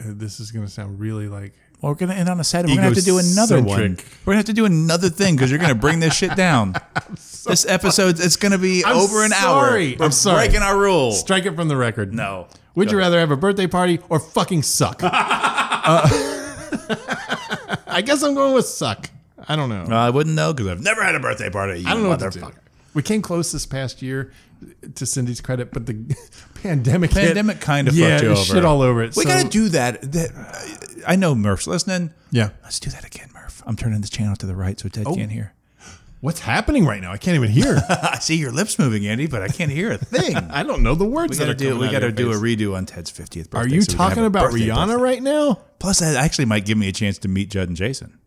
Speaker 4: uh, This is gonna sound really like
Speaker 3: Well, we're gonna end on a sad. We're gonna have to do another one.
Speaker 4: Egocentric.
Speaker 3: We're gonna have to do another thing because you're gonna bring this shit
Speaker 4: [laughs]
Speaker 3: down. this episode, it's gonna be
Speaker 4: I'm
Speaker 3: over an
Speaker 4: sorry.
Speaker 3: hour. We're
Speaker 4: I'm sorry.
Speaker 3: Breaking our rule.
Speaker 4: strike it from the record.
Speaker 3: no.
Speaker 4: Would
Speaker 3: Go
Speaker 4: you
Speaker 3: ahead.
Speaker 4: rather have a birthday party or fucking [laughs] suck? Uh, I guess I'm going with suck. I don't know.
Speaker 3: I wouldn't know because I've never had a birthday party. You
Speaker 4: I don't know what to do.
Speaker 3: Oh, motherfucker.
Speaker 4: We came close this past year, uh, to Cindy's credit, but the [laughs] pandemic hit.
Speaker 3: Pandemic kind of
Speaker 4: yeah,
Speaker 3: fucked you
Speaker 4: it
Speaker 3: over.
Speaker 4: shit all over it.
Speaker 3: We
Speaker 4: So-
Speaker 3: gotta do that. That- I know Murph's listening.
Speaker 4: Yeah.
Speaker 3: Let's do that again, Murph. I'm turning this channel to the right so Ted
Speaker 4: Oh.
Speaker 3: can't hear.
Speaker 4: What's happening right now? I can't even
Speaker 3: [laughs]
Speaker 4: hear.
Speaker 3: I see your lips moving, Andy, but I can't hear a thing.
Speaker 4: [laughs] I don't know the words
Speaker 3: we
Speaker 4: that
Speaker 3: gotta
Speaker 4: are
Speaker 3: do.
Speaker 4: coming
Speaker 3: We
Speaker 4: out of
Speaker 3: gotta
Speaker 4: your
Speaker 3: do a
Speaker 4: face.
Speaker 3: redo on Ted's 50th birthday.
Speaker 4: Are you
Speaker 3: so we can have
Speaker 4: talking
Speaker 3: a
Speaker 4: about
Speaker 3: birthday
Speaker 4: Rihanna
Speaker 3: birthday.
Speaker 4: right now?
Speaker 3: Plus, that actually might give me a chance to meet Judd and Jason.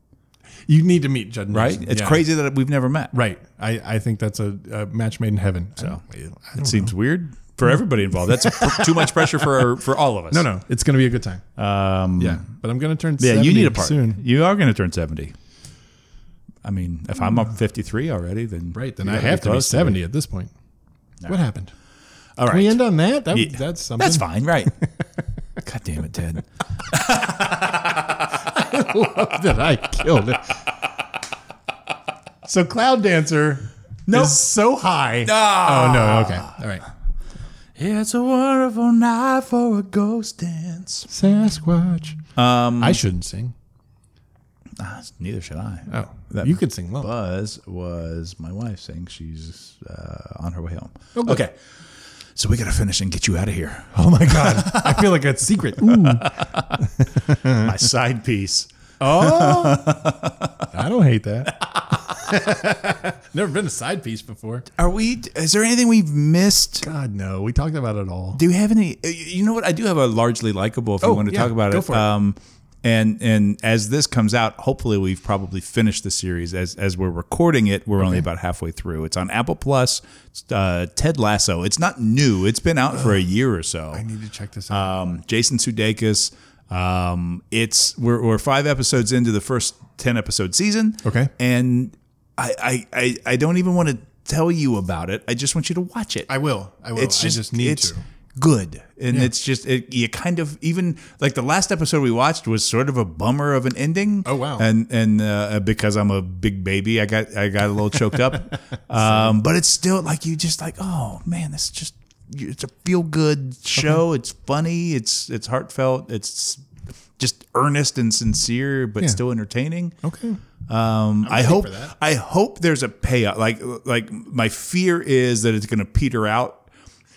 Speaker 4: You need to meet Judd.
Speaker 3: Right?
Speaker 4: Nelson.
Speaker 3: It's
Speaker 4: Yeah.
Speaker 3: crazy that we've never met.
Speaker 4: Right. I, I think that's a, a match made in heaven. So I don't- I
Speaker 3: It
Speaker 4: don't
Speaker 3: seems weird for everybody involved. That's pr- too much pressure for our, for all of us.
Speaker 4: No, no, it's going to be a good time.
Speaker 3: Um,
Speaker 4: yeah, but I'm going to turn.
Speaker 3: Yeah,
Speaker 4: 70
Speaker 3: you need a part.
Speaker 4: soon.
Speaker 3: You are going to turn 70. I mean, if I'm up 53 already, then.
Speaker 4: Hmm. Right, then
Speaker 3: you
Speaker 4: I
Speaker 3: gotta
Speaker 4: have to be
Speaker 3: close
Speaker 4: 70 at this point. What happened?
Speaker 3: All
Speaker 4: Can we
Speaker 3: right.
Speaker 4: end on that? that
Speaker 3: Yeah.
Speaker 4: That's something.
Speaker 3: [laughs] That's fine,
Speaker 4: [laughs]
Speaker 3: right? God damn it, Ted.
Speaker 4: that I killed it. So Cloud Dancer
Speaker 3: Nope.
Speaker 4: is so high.
Speaker 3: Ah.
Speaker 4: Oh no. Okay. All right.
Speaker 3: It's a wonderful night for a ghost dance.
Speaker 4: Sasquatch. Um, I shouldn't sing.
Speaker 3: Ah, Neither should I.
Speaker 4: Oh,
Speaker 3: That-
Speaker 4: you could sing low.
Speaker 3: Buzz was my wife saying she's uh, on her way home.
Speaker 4: Oh, [laughs] good.
Speaker 3: Okay. So we got to finish and get you out of here.
Speaker 4: Oh my god. I feel like a secret. Ooh.
Speaker 3: [laughs] My side piece.
Speaker 4: Oh. I don't hate that. [laughs] Never been a side piece before.
Speaker 3: Are we? Is there anything we've missed?
Speaker 4: God no. We talked about it all.
Speaker 3: Do you have any? uh, You know what? I do have a largely likable. If
Speaker 4: Oh,
Speaker 3: you want to
Speaker 4: yeah,
Speaker 3: talk about
Speaker 4: go
Speaker 3: it,
Speaker 4: for it.
Speaker 3: um, and and as this comes out, hopefully we've probably finished the series. As as we're recording it, we're only about halfway through. It's on Apple Plus. It's, Uh, Ted Lasso. It's not new. It's been out for a year or so.
Speaker 4: I need to check this out.
Speaker 3: um, Jason Sudeikis. Um, it's we're, we're five episodes into the first ten episode season.
Speaker 4: Okay.
Speaker 3: and I I I, I don't even want to tell you about it. I just want you to watch it.
Speaker 4: I will. I will.
Speaker 3: It's just
Speaker 4: I just need
Speaker 3: it's
Speaker 4: to.
Speaker 3: good, and it's just it, you kind of even like the last episode we watched was sort of a bummer of an ending.
Speaker 4: Oh, wow.
Speaker 3: And and uh, because I'm a big baby, I got I got a little choked
Speaker 4: [laughs]
Speaker 3: up. Um, but it's still like you just like oh man, this is just it's a feel good show. It's funny. It's it's heartfelt. It's just earnest and sincere, but
Speaker 4: Yeah.
Speaker 3: still entertaining.
Speaker 4: Okay.
Speaker 3: Um, I hope
Speaker 4: for that.
Speaker 3: I hope there's a payout. Like like my fear is that it's going to peter out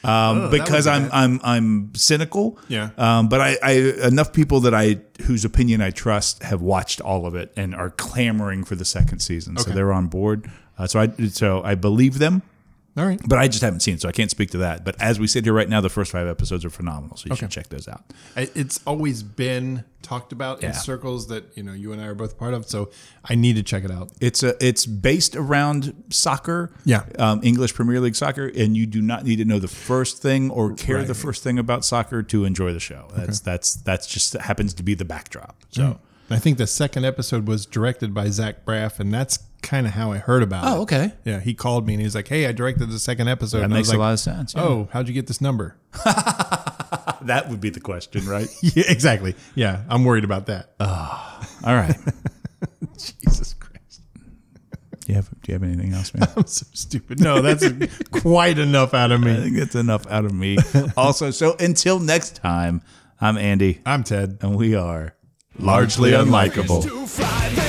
Speaker 3: um,
Speaker 4: Oh, would
Speaker 3: because
Speaker 4: be
Speaker 3: I'm
Speaker 4: bad.
Speaker 3: I'm I'm cynical.
Speaker 4: Yeah.
Speaker 3: Um, but I, I enough people that I whose opinion I trust have watched all of it and are clamoring for the second season, so
Speaker 4: Okay.
Speaker 3: they're on board. Uh, so I so I believe them.
Speaker 4: All right.
Speaker 3: But I just haven't seen it, so I can't speak to that. But as we sit here right now, the first five episodes are phenomenal, so you should check those out.
Speaker 4: I- It's always been talked about
Speaker 3: Yeah.
Speaker 4: in circles that you know you and I are both part of. So I need to check it out.
Speaker 3: It's a it's based around soccer,
Speaker 4: Yeah.
Speaker 3: um, English Premier League soccer, and you do not need to know the first thing or care the first thing about soccer to enjoy the show. That's that's that's just that happens to be the backdrop. So
Speaker 4: I think the second episode was directed by Zach Braff, and that's kind of how I heard about it.
Speaker 3: okay,
Speaker 4: Yeah, he called me and he was like, "Hey, I directed the second episode."
Speaker 3: that
Speaker 4: and
Speaker 3: makes
Speaker 4: I was
Speaker 3: a
Speaker 4: like,
Speaker 3: lot of sense. yeah.
Speaker 4: Oh, how'd you get this number?
Speaker 3: That would be the question, [laughs] right?
Speaker 4: yeah, exactly. Yeah, I'm worried about that. [laughs]
Speaker 3: All [laughs] right.
Speaker 4: Jesus Christ.
Speaker 3: Do you have Do you have anything else, [laughs] man?
Speaker 4: I'm so stupid. No, that's [laughs] Uh, quite enough out of
Speaker 3: I
Speaker 4: me.
Speaker 3: think that's enough out of [laughs] me. Also, so until next time, I'm Andy,
Speaker 4: I'm Ted.
Speaker 3: and we are Uh, largely unlikable.
Speaker 1: to fly.